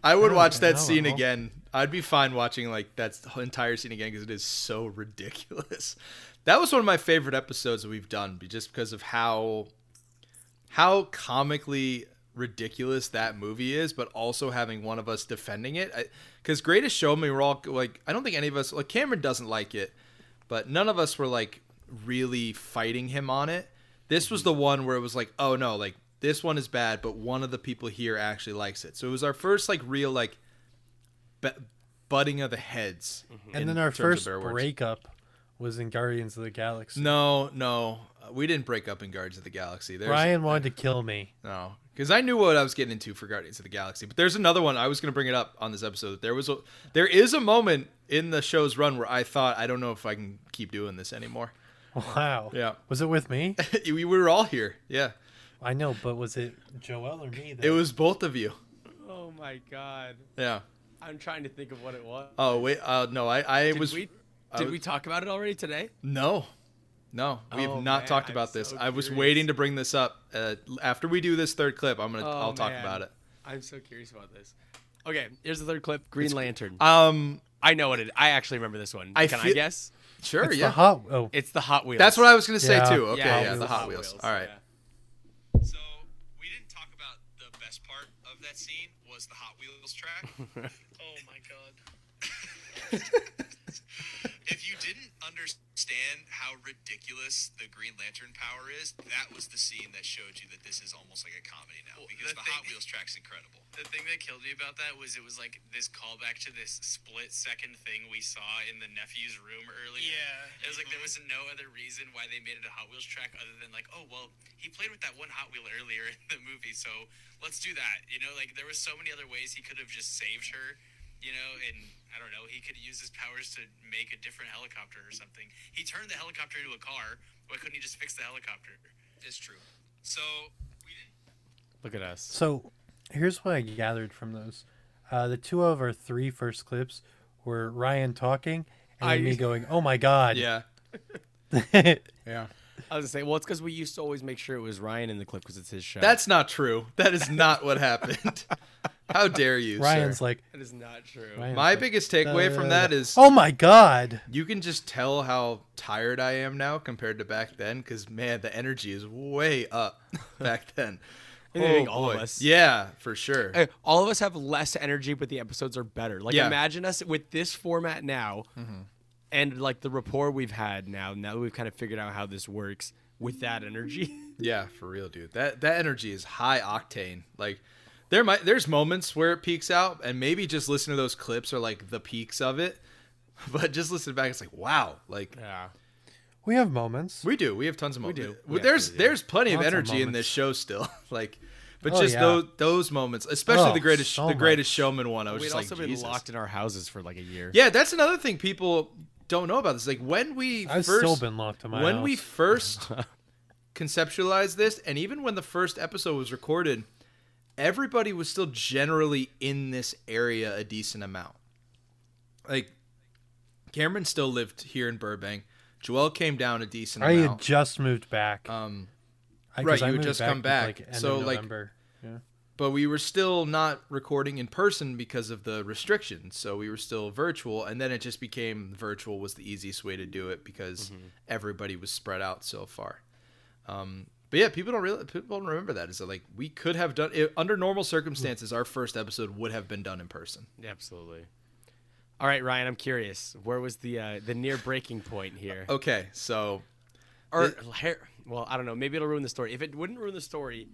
I would watch that
I don't
scene
know.
again. I'd be fine watching like that s- entire scene again because it is so ridiculous. That was one of my favorite episodes that we've done, be- just because of how how comically ridiculous that movie is, but also having one of us defending it. Because Greatest Showman, we're all like, I don't think any of us like Cameron doesn't like it, but none of us were like really fighting him on it. This was the one where it was like, oh no, like this one is bad, but one of the people here actually likes it. So it was our first like real like b- butting of the heads. in
And then our
terms of
first
better words.
breakup was in Guardians of the Galaxy.
No, no, uh, we didn't break up in Guardians of the Galaxy. There's
Brian wanted to kill me.
No, because I knew what I was getting into for Guardians of the Galaxy. But there's another one I was going to bring it up on this episode. That there was a there is a moment in the show's run where I thought I don't know if I can keep doing this anymore.
Wow.
Yeah.
Was it with me?
we were all here. Yeah,
I know, but was it Joel or me? That...
it was both of you.
Oh my God.
Yeah.
I'm trying to think of what it was.
Oh wait. Uh, no, I I
Did
was
we,
I
did
was-
we talk about it already today?
no. No, we have
Oh,
not
man,
talked
I'm
about this.
so
I was
curious.
waiting to bring this up uh, after we do this third clip. I'm gonna
Oh,
I'll talk
man.
about it.
I'm so curious about this. Okay, here's the third clip Green Lantern.
Um,
I know what it I actually remember this one.
I
Can I
feel-
guess?
sure.
It's the
yeah,
hot. Oh,
It's the Hot Wheels.
that's what I was gonna say
Yeah.
too. Okay, yeah,
Hot
the
Wheels.
Hot Wheels. All right.
So we didn't talk about the best part of that scene was the Hot Wheels track.
Oh my god.
if you didn't understand how ridiculous the Green Lantern power is, that was the scene that showed you that this is almost like a comedy now because
the
the,
thing-
Hot Wheels track's incredible.
The thing that killed me about that was it was like this callback to this split second thing we saw in the nephew's room earlier.
Yeah.
It was like there was no other reason why they made it a Hot Wheels track other than like, oh well, he played with that one Hot Wheel earlier in the movie, so let's do that. You know, like there was so many other ways he could have just saved her, you know, and I don't know, he could use his powers to make a different helicopter or something. He turned the helicopter into a car. Why couldn't he just fix the helicopter?
It's true. So we didn't
Look at us.
So, here's what I gathered from those: uh, the two of our three first clips were Ryan talking and then
I-
me going, "Oh my god!"
Yeah. Yeah.
I was gonna say, well, it's because we used to always make sure it was Ryan in the clip because it's his show.
That's not true. That is not what happened. How dare you,
Ryan's
sir?
like,
that is not true.
Ryan's
My
like,
biggest takeaway from that is
"Oh my god!"
you can just tell how tired I am now compared to back then because, man, the energy is way up back then.
I think all of us.
Yeah, for sure.
Hey, all of us have less energy, but the episodes are better. Like
Yeah. Mm-hmm.
imagine us with this format now, and like the rapport we've had now. Now that we've kind of figured out how this works with that energy.
Yeah, for real, dude. That that energy is high octane. Like there might there's moments where it peaks out and maybe just listen to those clips or like the peaks of it. But just listen back, it's like wow. Like
yeah.
We have moments.
We do. We have tons of moments.
do.
Well,
We
there's
absolutely do.
there's plenty of
Lots of
energy in this
moments.
show still. like, but
Oh,
just
yeah.
those those moments, especially
Oh,
the greatest
so
the
much.
greatest showman one. I was
We'd
just like,
also been
Jesus.
locked in our houses for like a year.
Yeah, that's another thing people don't know about this. Like when we
I've
first
still been locked in my
when
house.
we first conceptualized this, and even when the first episode was recorded, everybody was still generally in this area a decent amount. Like Cameron still lived here in Burbank. Joel came down a decent
I
amount.
had just moved back.
um,
I, 'cause
right,
I
you had
moved
just come
with,
back.
end
So,
of
like,
November.
but we were still not recording in person because of the restrictions. So we were still virtual, and then it just became Mm-hmm. virtual was the easiest way to do it because everybody was spread out so far. Um, But yeah, people don't really people don't remember that. Is that like we could have done it, under normal circumstances, our first episode would have been done in person.
Absolutely. All right, Ryan. I'm curious. Where was the uh, the near breaking point here?
Okay, so
Or,
or
hair- well, I don't know. Maybe it'll ruin the story. If it wouldn't ruin the story,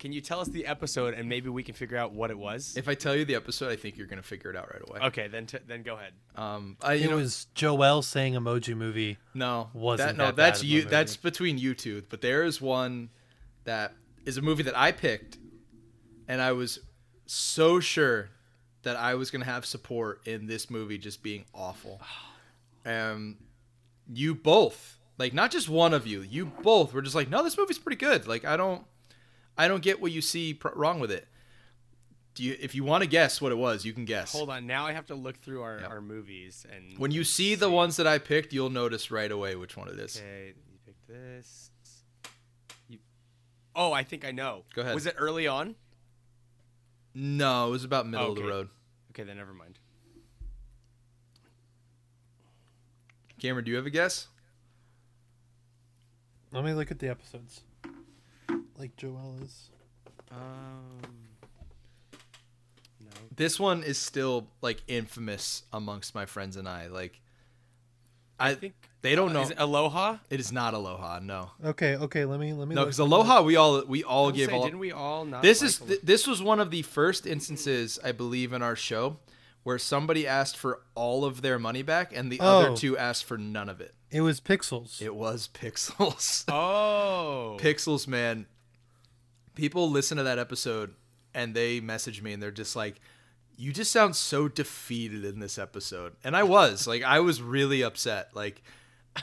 can you tell us the episode and maybe we can figure out what it was?
if I tell you the episode, I think you're gonna figure it out right away.
okay, then t- then go ahead.
Um, I, Uh, you
It
know,
was Joel saying emoji movie.
no, that,
wasn't
no,
that bad
that's
of a
you.
movie.
That's between you two. But there is one that is a movie that I picked, and I was so sure that I was gonna have support in this movie just being awful. Um, you both, like not just one of you, you both were just like, no, this movie's pretty good. Like I don't, I don't get what you see pr- wrong with it. Do you, if you want to guess what it was, you can guess.
Hold on. Now I have to look through our,
Yep.
our movies and
When you see the ones that I picked, you'll notice right away which one it is.
Okay, you picked this. You... Oh, I think I know.
Go ahead.
Was it early on?
No, it was about middle of
Okay.
the road.
Okay, then never mind.
Cameron, do you have a guess?
Let me look at the episodes. Like Joel is.
Um. No.
This one is still like infamous amongst my friends and I. Like, I,
think- uh,
think they don't know.
Is it Aloha?
it is not Aloha. No,
Okay, okay. Let me let me.
no,
look.
because Aloha, we all we all
I'll
gave
say,
all.
Didn't we all not?
This
like
is
Alo-
th- this was one of the first instances I believe in our show where somebody asked for all of their money back and the
Oh.
other two asked for none of it.
It was Pixels.
It was Pixels.
Oh.
Pixels, man. People listen to that episode and they message me and they're just like, "You just sound so defeated in this episode." And I was like, I was really upset. Like,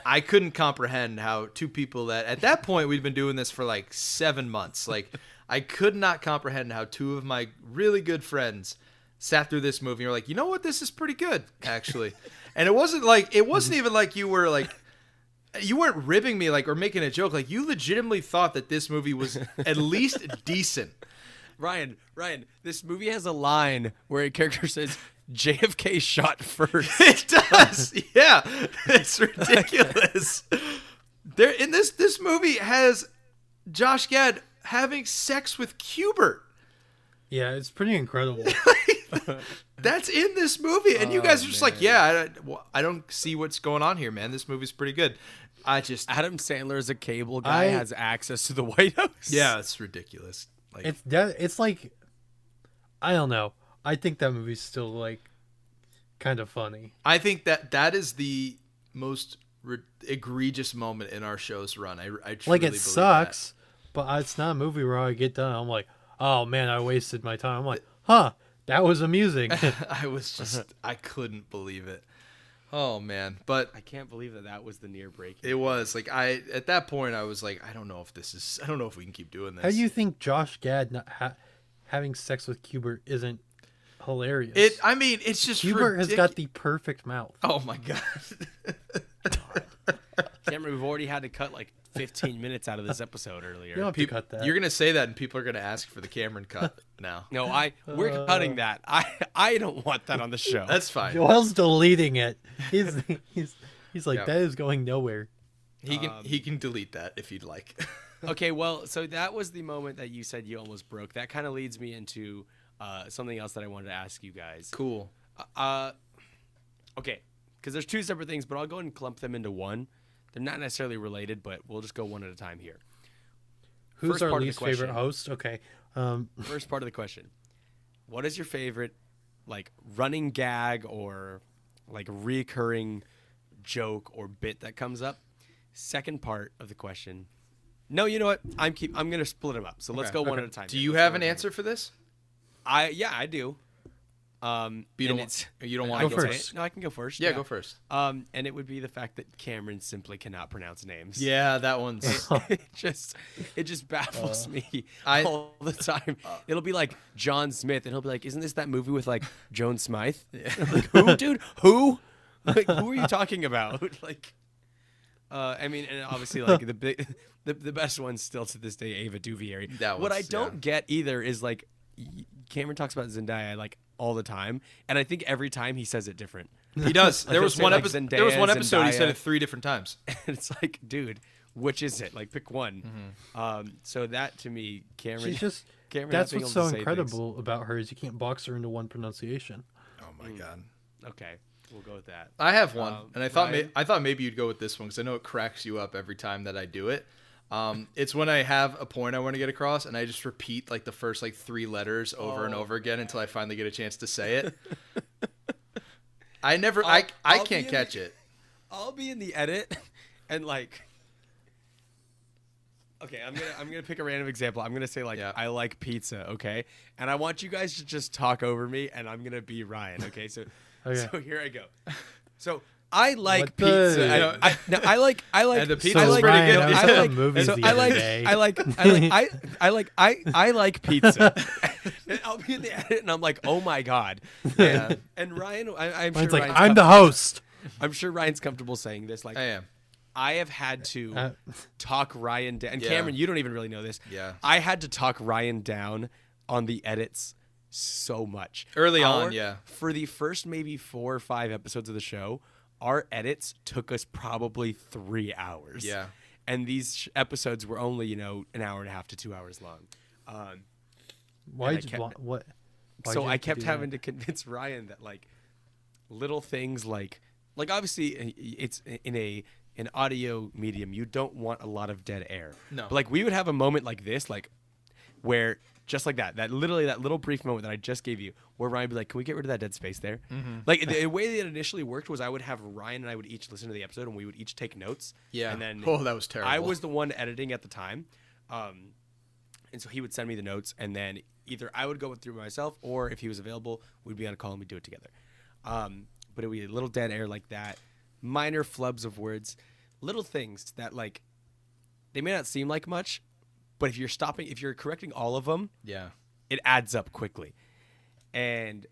I couldn't comprehend how two people that at that point we'd been doing this for like seven months. Like, I could not comprehend how two of my really good friends sat through this movie and were like, "You know what? This is pretty good, actually." and it wasn't like it wasn't even like you were like you weren't ribbing me like or making a joke like you legitimately thought that this movie was at least decent
Ryan, Ryan, this movie has a line where a character says, JFK shot first.
it does yeah it's ridiculous there in this this movie has josh gad having sex with cubert
Yeah, it's pretty incredible.
that's in this movie and you guys are just like yeah I, well, I don't see what's going on here man this movie's pretty good i just
Adam Sandler is a cable guy,
I-
has access to the White House.
yeah it's ridiculous like
it's that. It's like, I don't know. I think that movie's still like, kind of funny.
I think that that is the most re- egregious moment in our show's run. I, I truly
Like
believe
it
that.
sucks, but it's not a movie where I get done. I'm like, oh man, I wasted my time. I'm like, huh, that was amusing.
I was just I couldn't believe it. Oh man, but
I can't believe that that was the near break.
it was like I at that point I was like I don't know if this is I don't know if we can keep doing this.
How do you think Josh Gad not ha- having sex with Cubert isn't hilarious?
it I mean it's just
Cubert has
ridic-
got the perfect mouth.
Oh my god.
Cameron, we've already had to cut like 15 minutes out of this episode earlier.
You don't have to
Peop-
cut that.
You're going to say that and people are going to ask for the Cameron cut now.
No, I we're cutting that. I I don't want that on the show.
uh, That's fine.
Joel's deleting it. He's he's he's like
Yeah.
that is going nowhere.
He can he can delete that if you'd like.
okay, well, so that was the moment that you said you almost broke. That kind of leads me into uh, something else that I wanted to ask you guys.
cool.
Uh, okay, because there's two separate things, but I'll go ahead and clump them into one. They're not necessarily related, but we'll just go one at a time here.
Who's
First
our
part of the
least favorite
question.
host? Okay. Um,
First part of the question: What is your favorite, like running gag or like recurring joke or bit that comes up? Second part of the question. No, you know what? I'm keep. I'm gonna split them up. So let's go one at a time.
Do
here.
you
Let's go
have
one
an
at a time.
answer for this?
I yeah, I do. Um,
You
and
don't
it's-
want, you don't
I
want
Go
can
to
say
first.
it. No, I can go first.
Yeah, go first.
Um, and it would be the fact that Cameron simply cannot pronounce names.
Yeah, that one's
it just it just baffles me
Uh, I- uh,
all the time. It'll be like John Smith, and he'll be like, "Isn't this that movie with like Joan Smythe?" I'm like, who, dude? Who? Like, who are you talking about? Like, uh, I mean, and obviously, like the big, the, the best one's still to this day, Ava Duvieri.
That
what I
one's-
don't
yeah.
get either is like, y- Cameron talks about Zendaya like all the time, and I think every time he says it different.
He does. There
he'll
was
say,
one
like,
episode. There was
Zendaya,
one episode. He said
Zendaya.
it three different times.
And it's like, dude, which is it? Like pick one. Um, so that to me, Cameron,
Mm-hmm. She's just
Cameron not
that's
being
what's
able to
so
say things.
incredible about her is you can't box her into one pronunciation.
Oh my god.
Okay, we'll go with that.
I have one,
Um,
and I thought may-
Ryan?
I thought maybe you'd go with this one because I know it cracks you up every time that I do it. Um, it's when I have a point I want to get across, and I just repeat like the first like three letters over
Oh.
and over again until I finally get a chance to say it. I never, I I
I'll
can't
be-
catch it.
I'll be in the edit and like Okay, I'm gonna I'm gonna pick a random example. I'm gonna say like
Yeah.
I like pizza, okay? And I want you guys to just talk over me and I'm gonna be Ryan, okay? So
Okay.
so here I go. So I like
What the-
pizza.
Yeah.
I, I, no, I like I like
And the pizza
I
was
like,
pretty good.
I
I
like,
saw
a movie
so
the
I
other
like
day.
I like I like I I like I I like pizza. and I'll be in the edit and I'm like, oh my god. And, and Ryan I, I'm
Mine's
sure
like
Ryan's
I'm the host.
I'm sure Ryan's comfortable saying this. Like,
I am.
I have had to
Uh,
talk Ryan down. And
Yeah.
Cameron, you don't even really know this.
Yeah.
I had to talk Ryan down on the edits so much.
Early
Our-
on, yeah.
For the first maybe four or five episodes of the show, our edits took us probably three hours.
Yeah.
And these sh- episodes were only, you know, an hour and a half to two hours long. Um,
why?
I
did-
kept-
why- What? why'd
so
you
I
have to
kept
do
having
that?
to convince Ryan that like little things like like obviously i- it's in a an audio medium you don't want a lot of dead air.
No.
But like we would have a moment like this like where just like that that literally that little brief moment that I just gave you where Ryan would be like can we get rid of that dead space there?
Mm-hmm.
Like the way that it initially worked was I would have Ryan and I would each listen to the episode and we would each take notes.
Yeah.
And then
oh, that was terrible.
I was the one editing at the time. Um, and so he would send me the notes, and then either I would go through myself, or if he was available, we'd be on a call and we'd do it together. Um, but it would be a little dead air like that, minor flubs of words, little things that, like, they may not seem like much, but if you're stopping, if you're correcting all of them,
yeah.
it adds up quickly. And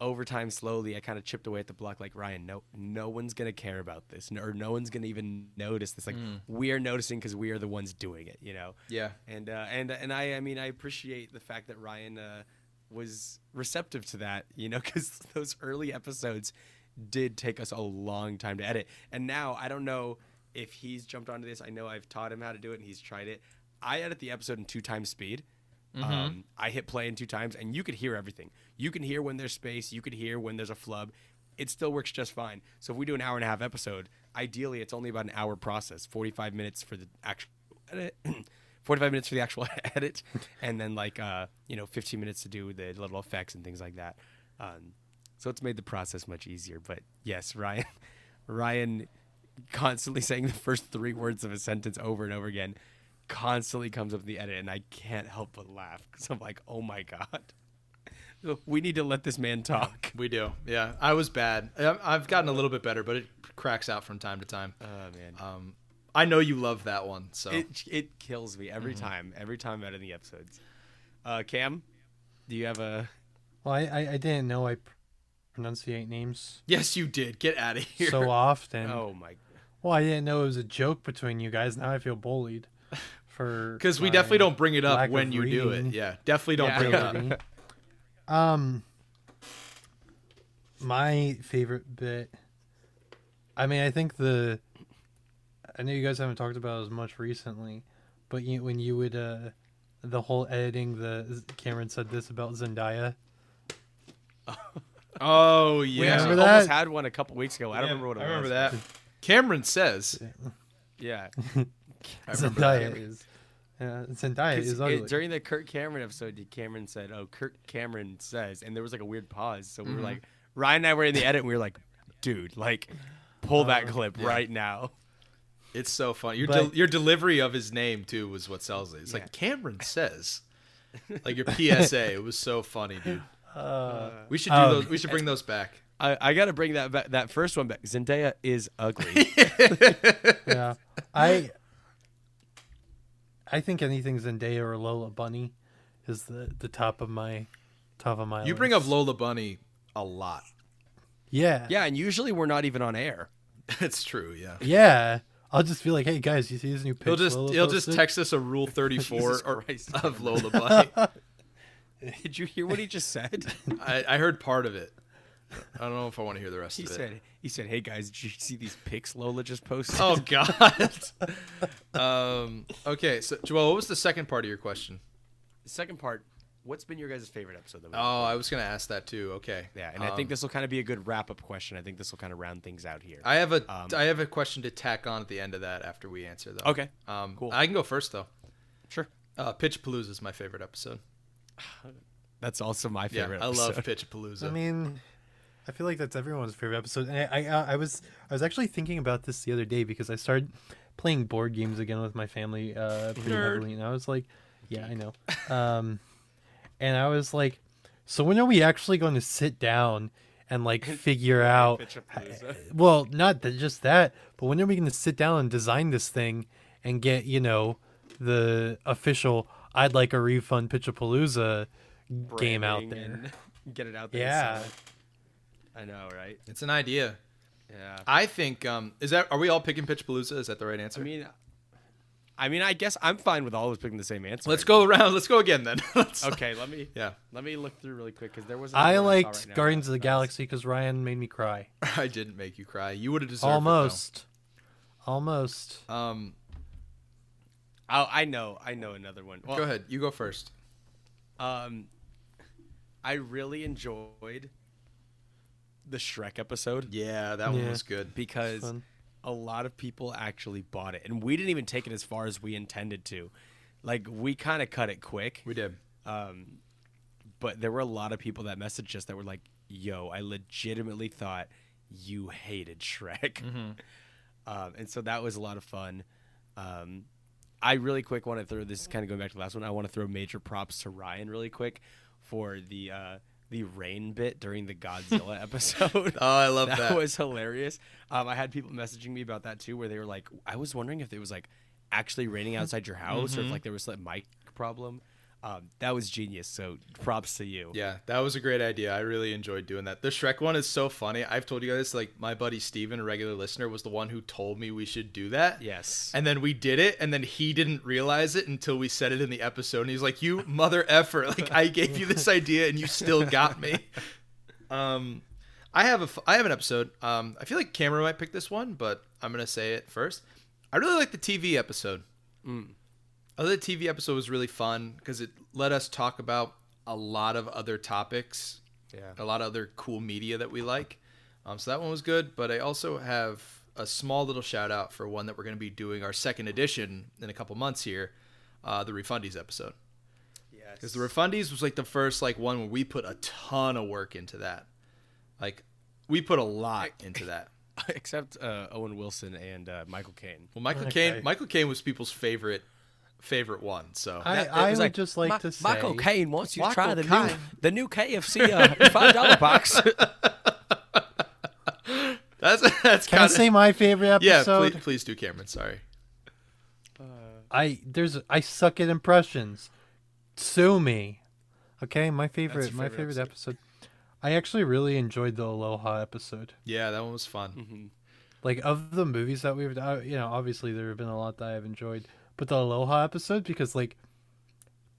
over time, slowly, I kind of chipped away at the block. Like Ryan, no, no one's gonna care about this, or no one's gonna even notice this. Like we are noticing because we are the ones doing it, you know.
Yeah.
And uh, and and I, I mean, I appreciate the fact that Ryan uh, was receptive to that, you know, because those early episodes did take us a long time to edit. And now I don't know if he's jumped onto this. I know I've taught him how to do it, and he's tried it. I edit the episode in two times speed. Um, I hit play in two times, and you could hear everything. You can hear when there's space. You could hear when there's a flub. It still works just fine. So if we do an hour and a half episode, ideally it's only about an hour process, 45 minutes for the actual edit, 45 minutes for the actual edit, and then like uh, you know 15 minutes to do the little effects and things like that. Um, so it's made the process much easier. But yes, Ryan, Ryan constantly saying the first three words of a sentence over and over again constantly comes up in the edit and I can't help but laugh because I'm like, oh my god, we need to let this man talk.
We do. Yeah. I was bad. I- I've gotten a little bit better, but it cracks out from time to time.
Oh man,
Um, I know you love that one, so
it it kills me every time. Every time out of the episodes. Uh, Cam, do you have a?
Well, I, I, I didn't know I pr- pronunciate names
yes, you did. Get out of here.
so often.
Oh my.
Well, I didn't know it was a joke between you guys. Now I feel bullied for
because we
my
definitely don't bring it up
lack
when
of
you do it.
reading
Yeah, definitely don't bring it up.
ability. um, my favorite bit. I mean, I think the. I know you guys haven't talked about it as much recently, but you, when you would uh, the whole editing the Cameron said this about Zendaya.
Oh
We
yeah,
actually
Remember that?
almost had one a couple weeks ago. I don't remember what it
I remember
was.
that. Cameron says,
Yeah.
I remember that.
Zendaya is. Yeah, Zendaya
'Cause
is
it-
ugly.
during the Kurt Cameron episode, Cameron said, "Oh, Kurt Cameron says," and there was like a weird pause. So
Mm-hmm.
we were like, Ryan and I were in the edit, and we were like, "Dude, like, pull that
Uh,
clip right now."
It's so funny. Your
But-
del- your delivery of his name too was what sells it. It's
Yeah.
like Cameron says, like your PSA. it was so funny, dude.
Uh,
we should do
Uh, um,
those. We should bring those back.
I, I gotta bring that back, that first one back. Zendaya is ugly.
yeah, I. I think anything Zendaya or Lola Bunny is the the top of my top of my.
You bring up
list.
Lola Bunny a lot.
Yeah.
yeah, and usually we're not even on air.
That's true. Yeah.
Yeah. I'll just be like, hey guys, you see this new picture?
He'll just he'll just text us a rule thirty four
Jesus Christ,
of Lola Bunny.
Did you hear what he just said?
I, I heard part of it. I don't know if I want to hear the rest
He
of it.
said, "He said, hey guys, did you see these pics Lola just posted?"
Oh God. um, okay, so Joel, what was the second part of your question?
The second part. What's been your guys' favorite episode? That we
Oh, I was gonna ask that too. Okay. Um,
yeah, and I think this will kind of be a good wrap-up question. I think this will kind of round things out here.
I have a I
um,
have a question to tack on at the end of that after we answer though.
Okay,
Um,
cool.
I can go first though.
sure.
Uh, Pitch Palooza is my favorite episode.
That's also my
Yeah,
favorite.
I
episode.
love Pitch Palooza.
I mean, I feel like that's everyone's favorite episode. And I, I, uh, I was, I was actually thinking about this the other day because I started playing board games again with my family uh, pretty
Nerd.
heavily, and I was like, yeah, I know. Um, and I was like, so when are we actually going to sit down and like figure out?
Pitchapalooza.
Well, not that just that, but when are we going to sit down and design this thing and get you know the official? I'd like a refund Pitchapalooza game out there.
Branding and Get it out there. and
Yeah.
sell it. I know, right?
It's an idea.
Yeah.
I think um, is that are we all picking Pitch Palooza? Is that the right answer?
I mean, I mean, I guess I'm fine with all of us picking the same answer.
let's go around. Let's go again then. Let's-
Okay, let me
Yeah,
let me look through really quick because there was.
I
another one
liked
saw right now.
Guardians of the
Nice.
Galaxy because Ryan made me cry.
I didn't make you cry. You would have deserved it, though.
Almost. Almost.
Uh,
Um,
Oh, I know, I know another one. Well,
go ahead. You go first.
Um, I really enjoyed the Shrek episode
Yeah, that one
Yeah.
was good.
because
Fun.
a lot of people actually bought it, and we didn't even take it as far as we intended to. Like we kind of cut it quick.
We did.
but there were a lot of people that messaged us that were like, "Yo, I legitimately thought you hated Shrek," um, and so that was a lot of fun. Um, I really quick want to throw this is kind of going back to the last one. I want to throw major props to Ryan really quick for the uh, the rain bit during the Godzilla episode.
Oh, I love that.
That was hilarious. Um, I had people messaging me about that too, where they were like, "I was wondering if it was like actually raining outside your house,
Mm-hmm.
or if like there was like mic problem." Um, that was genius. So props to you.
Yeah, that was a great idea. I really enjoyed doing that. The Shrek one is so funny. I've told you guys, like, my buddy Steven, a regular listener, was the one who told me we should do that.
Yes.
And then we did it, and then he didn't realize it until we said it in the episode. And he's like, You mother effer. Like, I gave you this idea, and you still got me. Um, I have a f- I have an episode. Um, I feel like Cameron might pick this one, but I'm gonna say it first. I really like the TV episode. I thought the TV episode was really fun because it let us talk about a lot of other topics,
Yeah.
a lot of other cool media that we like. Um, so that one was good, but I also have a small little shout out for one that we're going to be doing our second edition in a couple months here, uh, the Refundies episode. Because the Refundies was like the first like one where we put a ton of work into that. Like we put a lot into that.
Except uh, Owen Wilson and uh, Michael Caine.
Well, Michael
Okay.
Caine, Michael Caine was people's favorite favorite one. So
I,
It
I
was
would just like
"Mi-
to say.
Michael Caine wants you to try the
Michael
new, the new KFC uh, five dollar box.
that's that's
Can I
kind of
say my favorite
yeah.
episode?
Please, please do, Cameron. Sorry.
I there's I suck at impressions. Sue me. Okay, my favorite,
your
my
favorite
favorite episode. I actually really enjoyed the Aloha episode.
Yeah, that one was fun.
Mm-hmm.
Like of the movies that we've, I- you know, obviously there have been a lot that I've enjoyed, but the Aloha episode because like,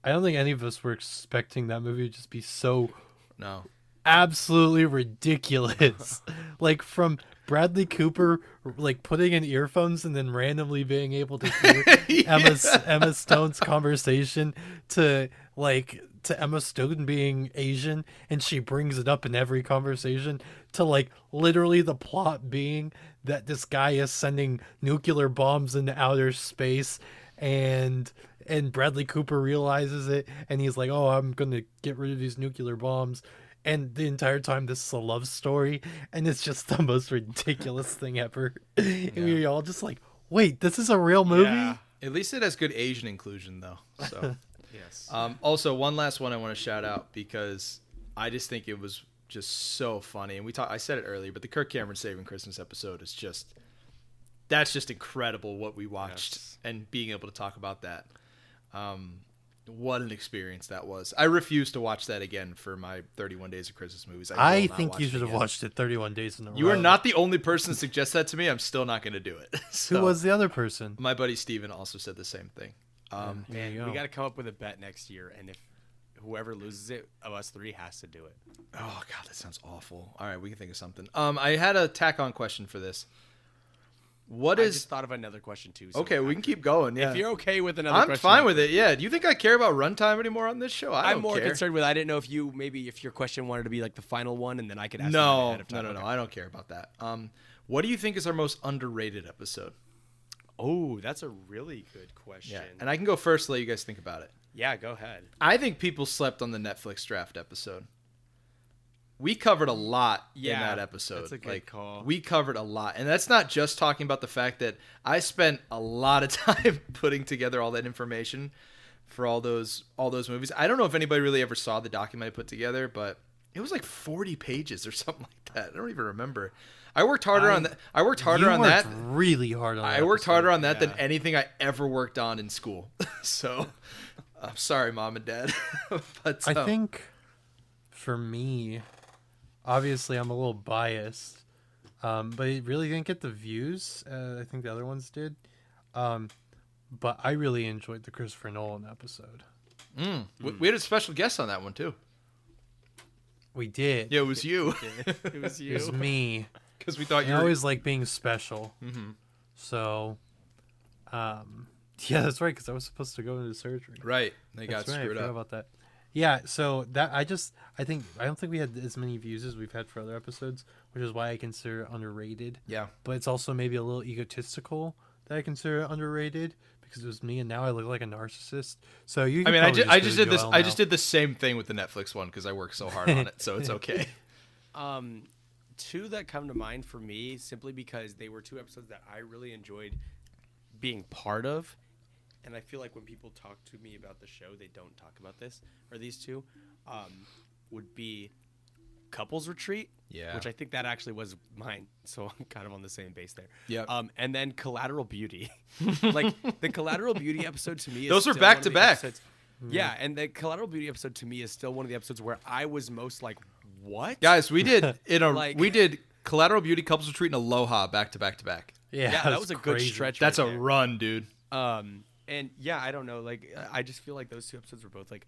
I don't think any of us were expecting that movie to just be so
No,
absolutely ridiculous. like from Bradley Cooper like putting in earphones and then randomly being able to hear Emma Emma Stone's conversation to like to Emma Stone being Asian and she brings it up in every conversation to like literally the plot being that this guy is sending nuclear bombs into outer space and and Bradley Cooper realizes it and he's like, "Oh, I'm going to get rid of these nuclear bombs." And the entire time this is a love story and it's just the most ridiculous thing ever. And we were all just like, "Wait, this is a real movie?"
Yeah.
at least it has good Asian inclusion though. So,
Yes.
um, also one last one I want to shout out because I just think it was just so funny, and we talked. I said it earlier, but the Kirk Cameron Saving Christmas episode is just that's just incredible what we watched
Yes.
and being able to talk about that. Um, what an experience that was! I refuse to watch that again for my 31 Days of Christmas movies. will
I
not
think
watch
you
it
should have
again.
watched it 31 days in a row.
You are
Um,
not the only person to suggest that to me. I'm still not going to do it.
Who
So,
was the other person?
my buddy Steven also said the same thing. Um,
There you
we
go.
got to come up with a bet next year, and if whoever loses it of us three has to do it.
Oh god, that sounds awful. All right, we can think of something. Um, I had a tack on question for this. What
I
is
just thought of another question too. so
okay? We can keep going. Yeah,
If you're okay with another,
I'm
question,
fine with it. Yeah. Do you think I care about runtime anymore on this show? I
I'm
don't
more
care.
concerned with. I didn't know if you maybe if your question wanted to be like the final one, and then I could ask. mine
No,
ahead of
no,
time.
no, no.
Okay.
I don't care about that. Um, what do you think is our most underrated episode?
Oh, that's a really good question.
Yeah, and I can go first. Let you guys think about it.
yeah, go ahead.
I think people slept on the Netflix draft episode. We covered a lot in
Yeah,
that episode.
that's a good
like,
call.
We covered a lot. And that's not just talking about the fact that I spent a lot of time putting together all that information for all those all those movies. I don't know if anybody really ever saw the document I put together, but it was like 40 pages or something like that. I don't even remember. I worked harder on that. I worked harder
you
on
worked
that.
Really hard on.
I
that
worked
episode.
harder on that than
yeah.
anything I ever worked on in school. so I'm sorry, mom and dad. but
I
um,
think for me, obviously I'm a little biased, um, but it really didn't get the views. Uh, I think the other ones did, um, but I really enjoyed the Christopher Nolan episode.
we, we had a special guest on that one too.
We did.
Yeah, it was you
It was
It was me.
because we thought
I
you were.
always like being special.
Mm-hmm.
So, um, yeah, that's right. Because I was supposed to go into surgery.
Right, they got
That's right, I
screwed
forgot
up.
about that. Yeah, so that I just I think I don't think we had as many views as we've had for other episodes, which is why I consider it underrated.
Yeah,
But it's also maybe a little egotistical that I consider it underrated because it was me, and now I look like a narcissist. So you.
I
could
mean, I
probably
just, I just
go
did this.
Joel
I
now.
just did the same thing with the Netflix one because I worked so hard on it, so it's okay.
Um, two that come to mind for me simply because they were two episodes that I really enjoyed being part of, and I feel like when people talk to me about the show, they don't talk about this or these two. Um, would be couples retreat,
Yeah.
which I think that actually was mine, so I'm kind of on the same base there.
Yep.
Um, and then Collateral Beauty, like the Collateral Beauty episode to me. Is
Those are
still one
back
of
to
the
back.
episodes- Yeah, and the Collateral Beauty episode to me is still one of the episodes where I was most like, "What,
Guys, we did in a
Like-
we did Collateral Beauty Couples Retreat and Aloha back to back to back.
Yeah,
yeah, that
that's
was a
crazy.
good stretch.
That's
right
a
there.
run, dude.
um, and yeah, I don't know. Like, I I just feel like those two episodes were both like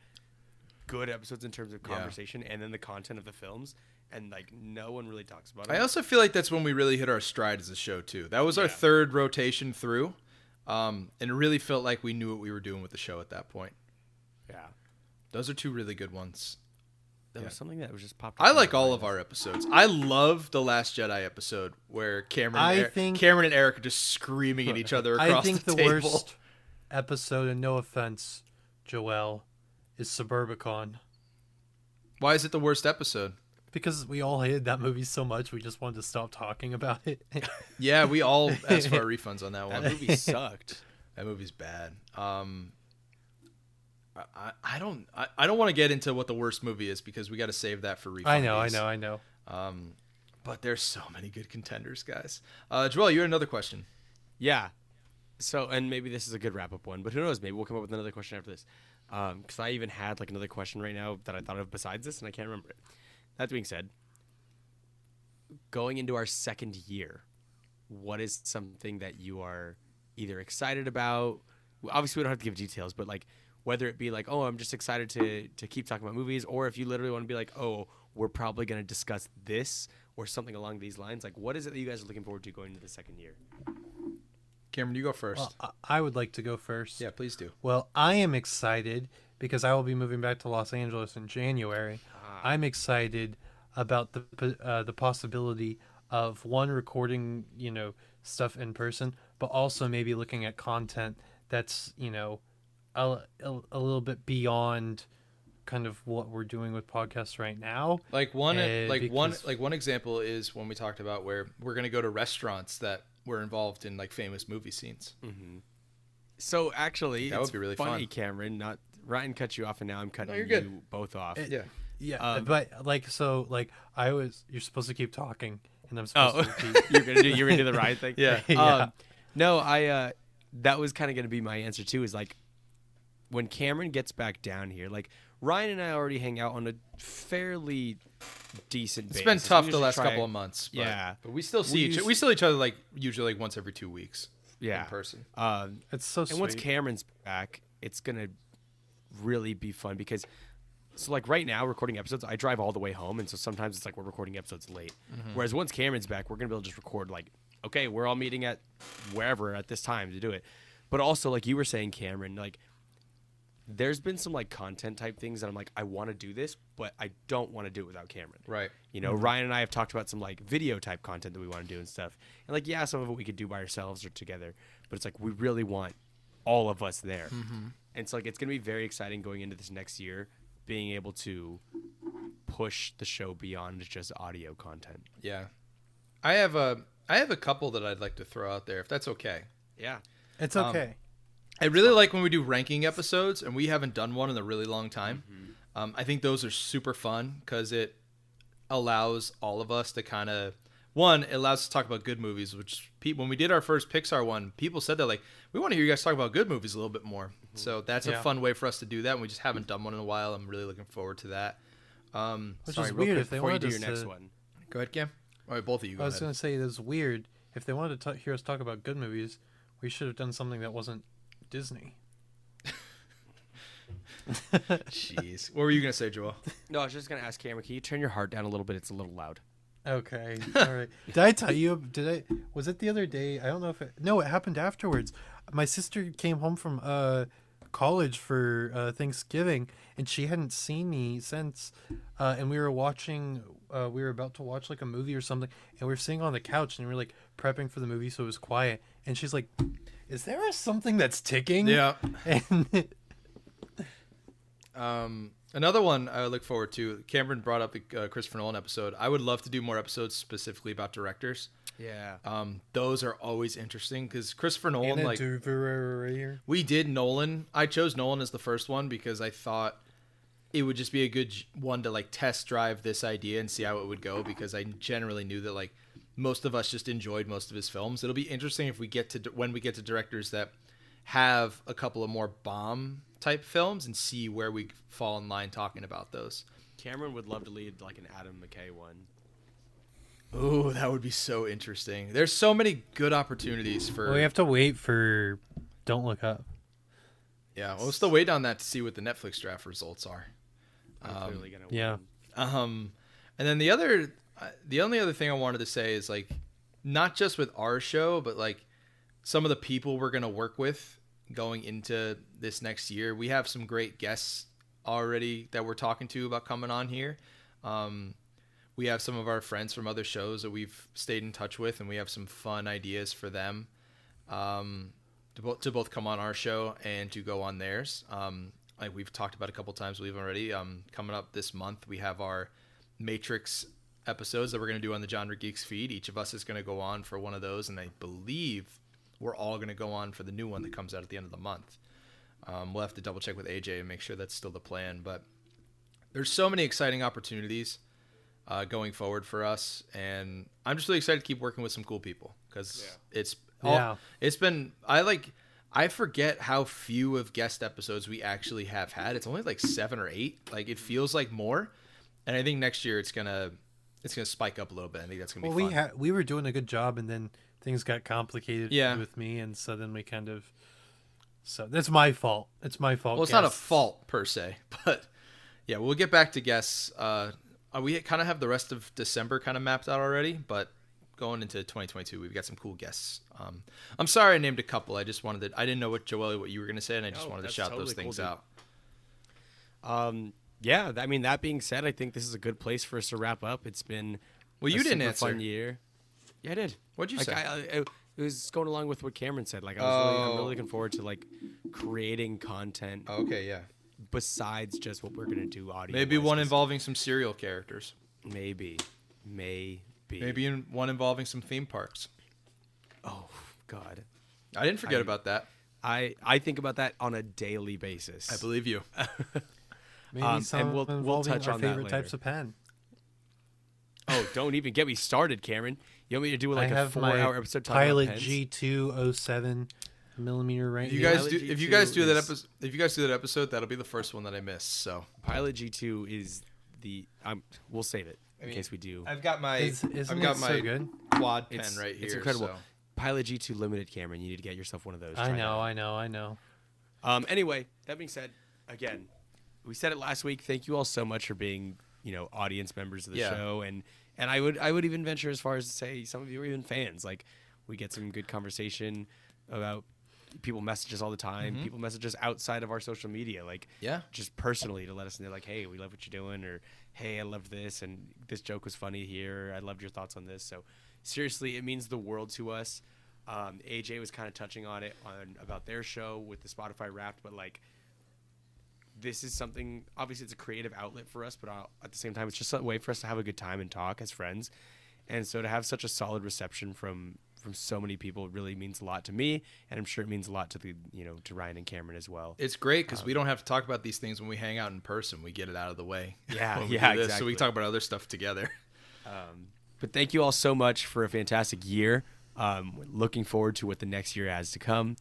good episodes in terms of
Yeah.
conversation and then the content of the films, and like no one really talks about
I
it.
also feel like that's when we really hit our stride as a show too. That was our third rotation through, um, and it really felt like we knew what we were doing with the show at that point.
yeah,
Those are two really good ones.
there was something that was just popped.
I like all of our episodes. I love the Last Jedi episode where Cameron,
I
and Eric,
think-
Cameron and Eric are just screaming at each other across
I think
the,
the,
table.
worst episode, and no offense, Joel, is Suburbicon
Why is it the worst episode?
because we all hated that movie so much we just wanted to stop talking about it.
Yeah, we all asked for our refunds on that
That
one.
movie sucked.
That movie's bad. Um, I, I, I don't I, I don't want to get into what the worst movie is because we got to save that for refunds.
I know, I know, I know.
Um, but there's so many good contenders, guys. Uh, Joel, you had another question.
Yeah. So, and maybe this is a good wrap up one, but who knows? Maybe we'll come up with another question after this. Because I even had like another question right now that I thought of besides this, and I can't remember it. That being said, going into our second year, what is something that you are either excited about? well, Obviously, we don't have to give details, but like whether it be like, oh, I'm just excited to to keep talking about movies, or if you literally want to be like, oh, we're probably going to discuss this or something along these lines. Like, what is it that you guys are looking forward to going into the second year?
Cameron, you go first.
Well, I- I would like to go first.
yeah, please do.
Well, I am excited because I will be moving back to Los Angeles in January.
Ah.
I'm excited about the po- uh, the possibility of one recording, you know, stuff in person, but also maybe looking at content that's, you know, a, a, a little bit beyond kind of what we're doing with podcasts right now.
Like one,
Uh,
like one,
because-
like one example is when we talked about where we're gonna go to restaurants that were involved in like famous movie scenes.
So actually,
That would
it's
be really
funny,
fun.
Cameron. Not Ryan cut you off, and now I'm cutting
you're good.
you both off.
Yeah,
Yeah,
Um,
but like so like I was you're supposed to keep talking and I'm
Oh.
supposed to repeat.
you're gonna do you're gonna do the Ryan thing.
Yeah.
Yeah.
Um, no, I. Uh, that was kind of gonna be my answer too. Is like when Cameron gets back down here, like Ryan and I already hang out on a fairly decent.
it's
basis.
been tough
We
the
usually
last
try-
couple of months. But,
Yeah.
but we still see
We
each,
used-
we still each other like usually like once every two weeks.
Yeah.
in person.
Um,
It's so
And once
sweet.
Cameron's back, it's gonna really be fun because So like right now, recording episodes, I drive all the way home, and so sometimes it's like we're recording episodes late.
Mm-hmm.
Whereas once Cameron's back, we're gonna be able to just record like, okay, we're all meeting at wherever at this time to do it. But also, like you were saying, Cameron, like there's been some like content type things that I'm like, I want to do this, but I don't want to do it without Cameron.
Right.
You know,
Mm-hmm.
Ryan and I have talked about some like video type content that we want to do and stuff. And like, yeah, some of it we could do by ourselves or together, but it's like we really want all of us there.
Mm-hmm.
And so like it's gonna be very exciting going into this next year, being able to push the show beyond just audio content.
Yeah. I have a I have a couple that I'd like to throw out there if that's okay.
Yeah.
It's
um,
okay.
I really like when we do ranking episodes, and we haven't done one in a really long time. Um, I think those are super fun because it allows all of us to kind of one it allows us to talk about good movies. Which pe- when we did our first Pixar one, people said they're like, we want to hear you guys talk about good movies a little bit more. So that's a
Yeah.
fun way for us to do that. And we just haven't done one in a while. I'm really looking forward to that. Um,
Which
Sorry,
is
real
weird
quick
if they
before you
wanted
do
us
your next
to-
one.
go ahead, Cam. All right, both of you. Go
I was
ahead.
going to say it's weird. If they wanted to t- hear us talk about good movies, we should have done something that wasn't Disney.
Jeez, what were you gonna say, Joel?
No, I was just gonna ask Cameron, can you turn your heart down a little bit? It's a little loud.
Okay. All right. Did I tell you? Did I? Was it the other day? I don't know if it. No, it happened afterwards. My sister came home from uh, college for uh, Thanksgiving, and she hadn't seen me since. Uh, and we were watching. Uh, we were about to watch like a movie or something, and we were sitting on the couch and we were like prepping for the movie, so it was quiet. And she's like, "Is there something that's ticking?" And
Um, another one I look forward to. Cameron brought up the uh, Christopher Nolan episode. I would love to do more episodes specifically about directors.
Yeah.
Um, those are always interesting because Christopher Nolan,
Anna
like
Duvernay.
we did Nolan. I chose Nolan as the first one because I thought it would just be a good j- one to like test drive this idea and see how it would go because I generally knew that like most of us just enjoyed most of his films. It'll be interesting if we get to when we get to directors that have a couple of more bomb type films and see where we fall in line talking about those.
Cameron would love to lead like an Adam McKay one.
Oh, that would be so interesting. There's so many good opportunities for
we have to wait for. Don't look up.
Yeah, we'll still wait on that to see what the Netflix draft results are.
I'm clearly gonna
yeah.
win.
Um, and then the other, uh, the only other thing I wanted to say is like, not just with our show, but like some of the people we're gonna work with going into this next year. We have some great guests already that we're talking to about coming on here. Um, we have some of our friends from other shows that we've stayed in touch with, and we have some fun ideas for them um, to, bo- to both come on our show and to go on theirs. Um, like we've talked about a couple times, we've already um, coming up this month. We have our Matrix episodes that we're going to do on the Genre Geeks feed. Each of us is going to go on for one of those, and I believe we're all going to go on for the new one that comes out at the end of the month. Um, we'll have to double check with AJ and make sure that's still the plan. But there's so many exciting opportunities uh, going forward for us, and I'm just really excited to keep working with some cool people because it's all,
Yeah.
it's been I like I forget how few of guest episodes we actually have had. It's only like seven or eight. Like it feels like more, and I think next year it's gonna it's gonna spike up a little bit. I think that's gonna
Well,
be
we
fun.
had we were doing a good job, and then things got complicated
Yeah.
with me, and so then we kind of. So that's my fault. It's my fault.
Well, it's not a
guests.
fault per se, but yeah, we'll get back to guests. Uh, uh, we kind of have the rest of December kind of mapped out already, but going into 2022, we've got some cool guests. Um, I'm sorry I named a couple. I just wanted to, I didn't know what Joelle, what you were going to say, and I just
No,
wanted to
that's
shout
totally
those
cool,
things
dude.
out.
Um, yeah, th- I mean that being said, I think this is a good place for us to wrap up. It's been
Well,
a
you didn't
super
answer.
fun year. Yeah, I did.
What'd you
like,
say?
I, I, it was going along with what Cameron said. Like I was really, I'm
Oh.
really looking forward to like creating content
Okay, yeah.
besides just what we're gonna do audio.
Maybe one involving some serial characters.
Maybe, maybe,
Maybe in, one involving some theme parks.
Oh God,
I didn't forget
I-
about that.
I I think about that on a daily basis.
I believe you.
Maybe
Um, and
some
we'll- we'll
involving
touch
our
on that
favorite
later.
types of pen.
Oh, don't even get me started, Cameron. You want me to do
I
like a
have my
four-hour episode talking about
Pilot
pens?
G two oh seven millimeter right
You
here.
guys do
Biology
if you
too
guys do that
is-
episode if you guys do that episode, that'll be the first one that I miss. So
Pilot G two is the um, we'll save it in
mean,
case we do.
I've got my
Is- isn't
I've got
it
my
so good?
quad pen
It's-
right here.
It's incredible.
so-
Pilot G two limited, Cameron. You need to get yourself one of those.
I
Try
know,
that.
I know, I know.
Um. Anyway, that being said, again, we said it last week. Thank you all so much for being, you know, audience members of the
Yeah.
show, and and I would I would even venture as far as to say some of you are even fans. Like we get some good conversation about people message us all the
Mm-hmm.
time. People message us outside of our social media, like
Yeah.
just personally to let us know, like, hey, we love what you're doing, or hey, I love this, and this joke was funny here. I loved your thoughts on this. So seriously, it means the world to us. Um, AJ was kind of touching on it on about their show with the Spotify Wrapped, but like this is something obviously it's a creative outlet for us but uh, at the same time it's just a way for us to have a good time and talk as friends and so to have such a solid reception from from so many people really means a lot to me and i'm sure it means a lot to the you know to ryan and cameron as well
It's great because
Um,
we don't have to talk about these things when we hang out in person. We get it out of the way.
Yeah,
when we
yeah,
do this, So we
exactly.
talk about other stuff together.
but thank you all so much for a fantastic year um, we're looking forward to what the next year has to come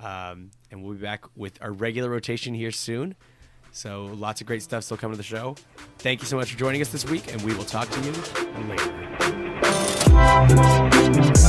um, and we'll be back with our regular rotation here soon so lots of great stuff still coming to the show thank you so much for joining us this week and we will talk to you later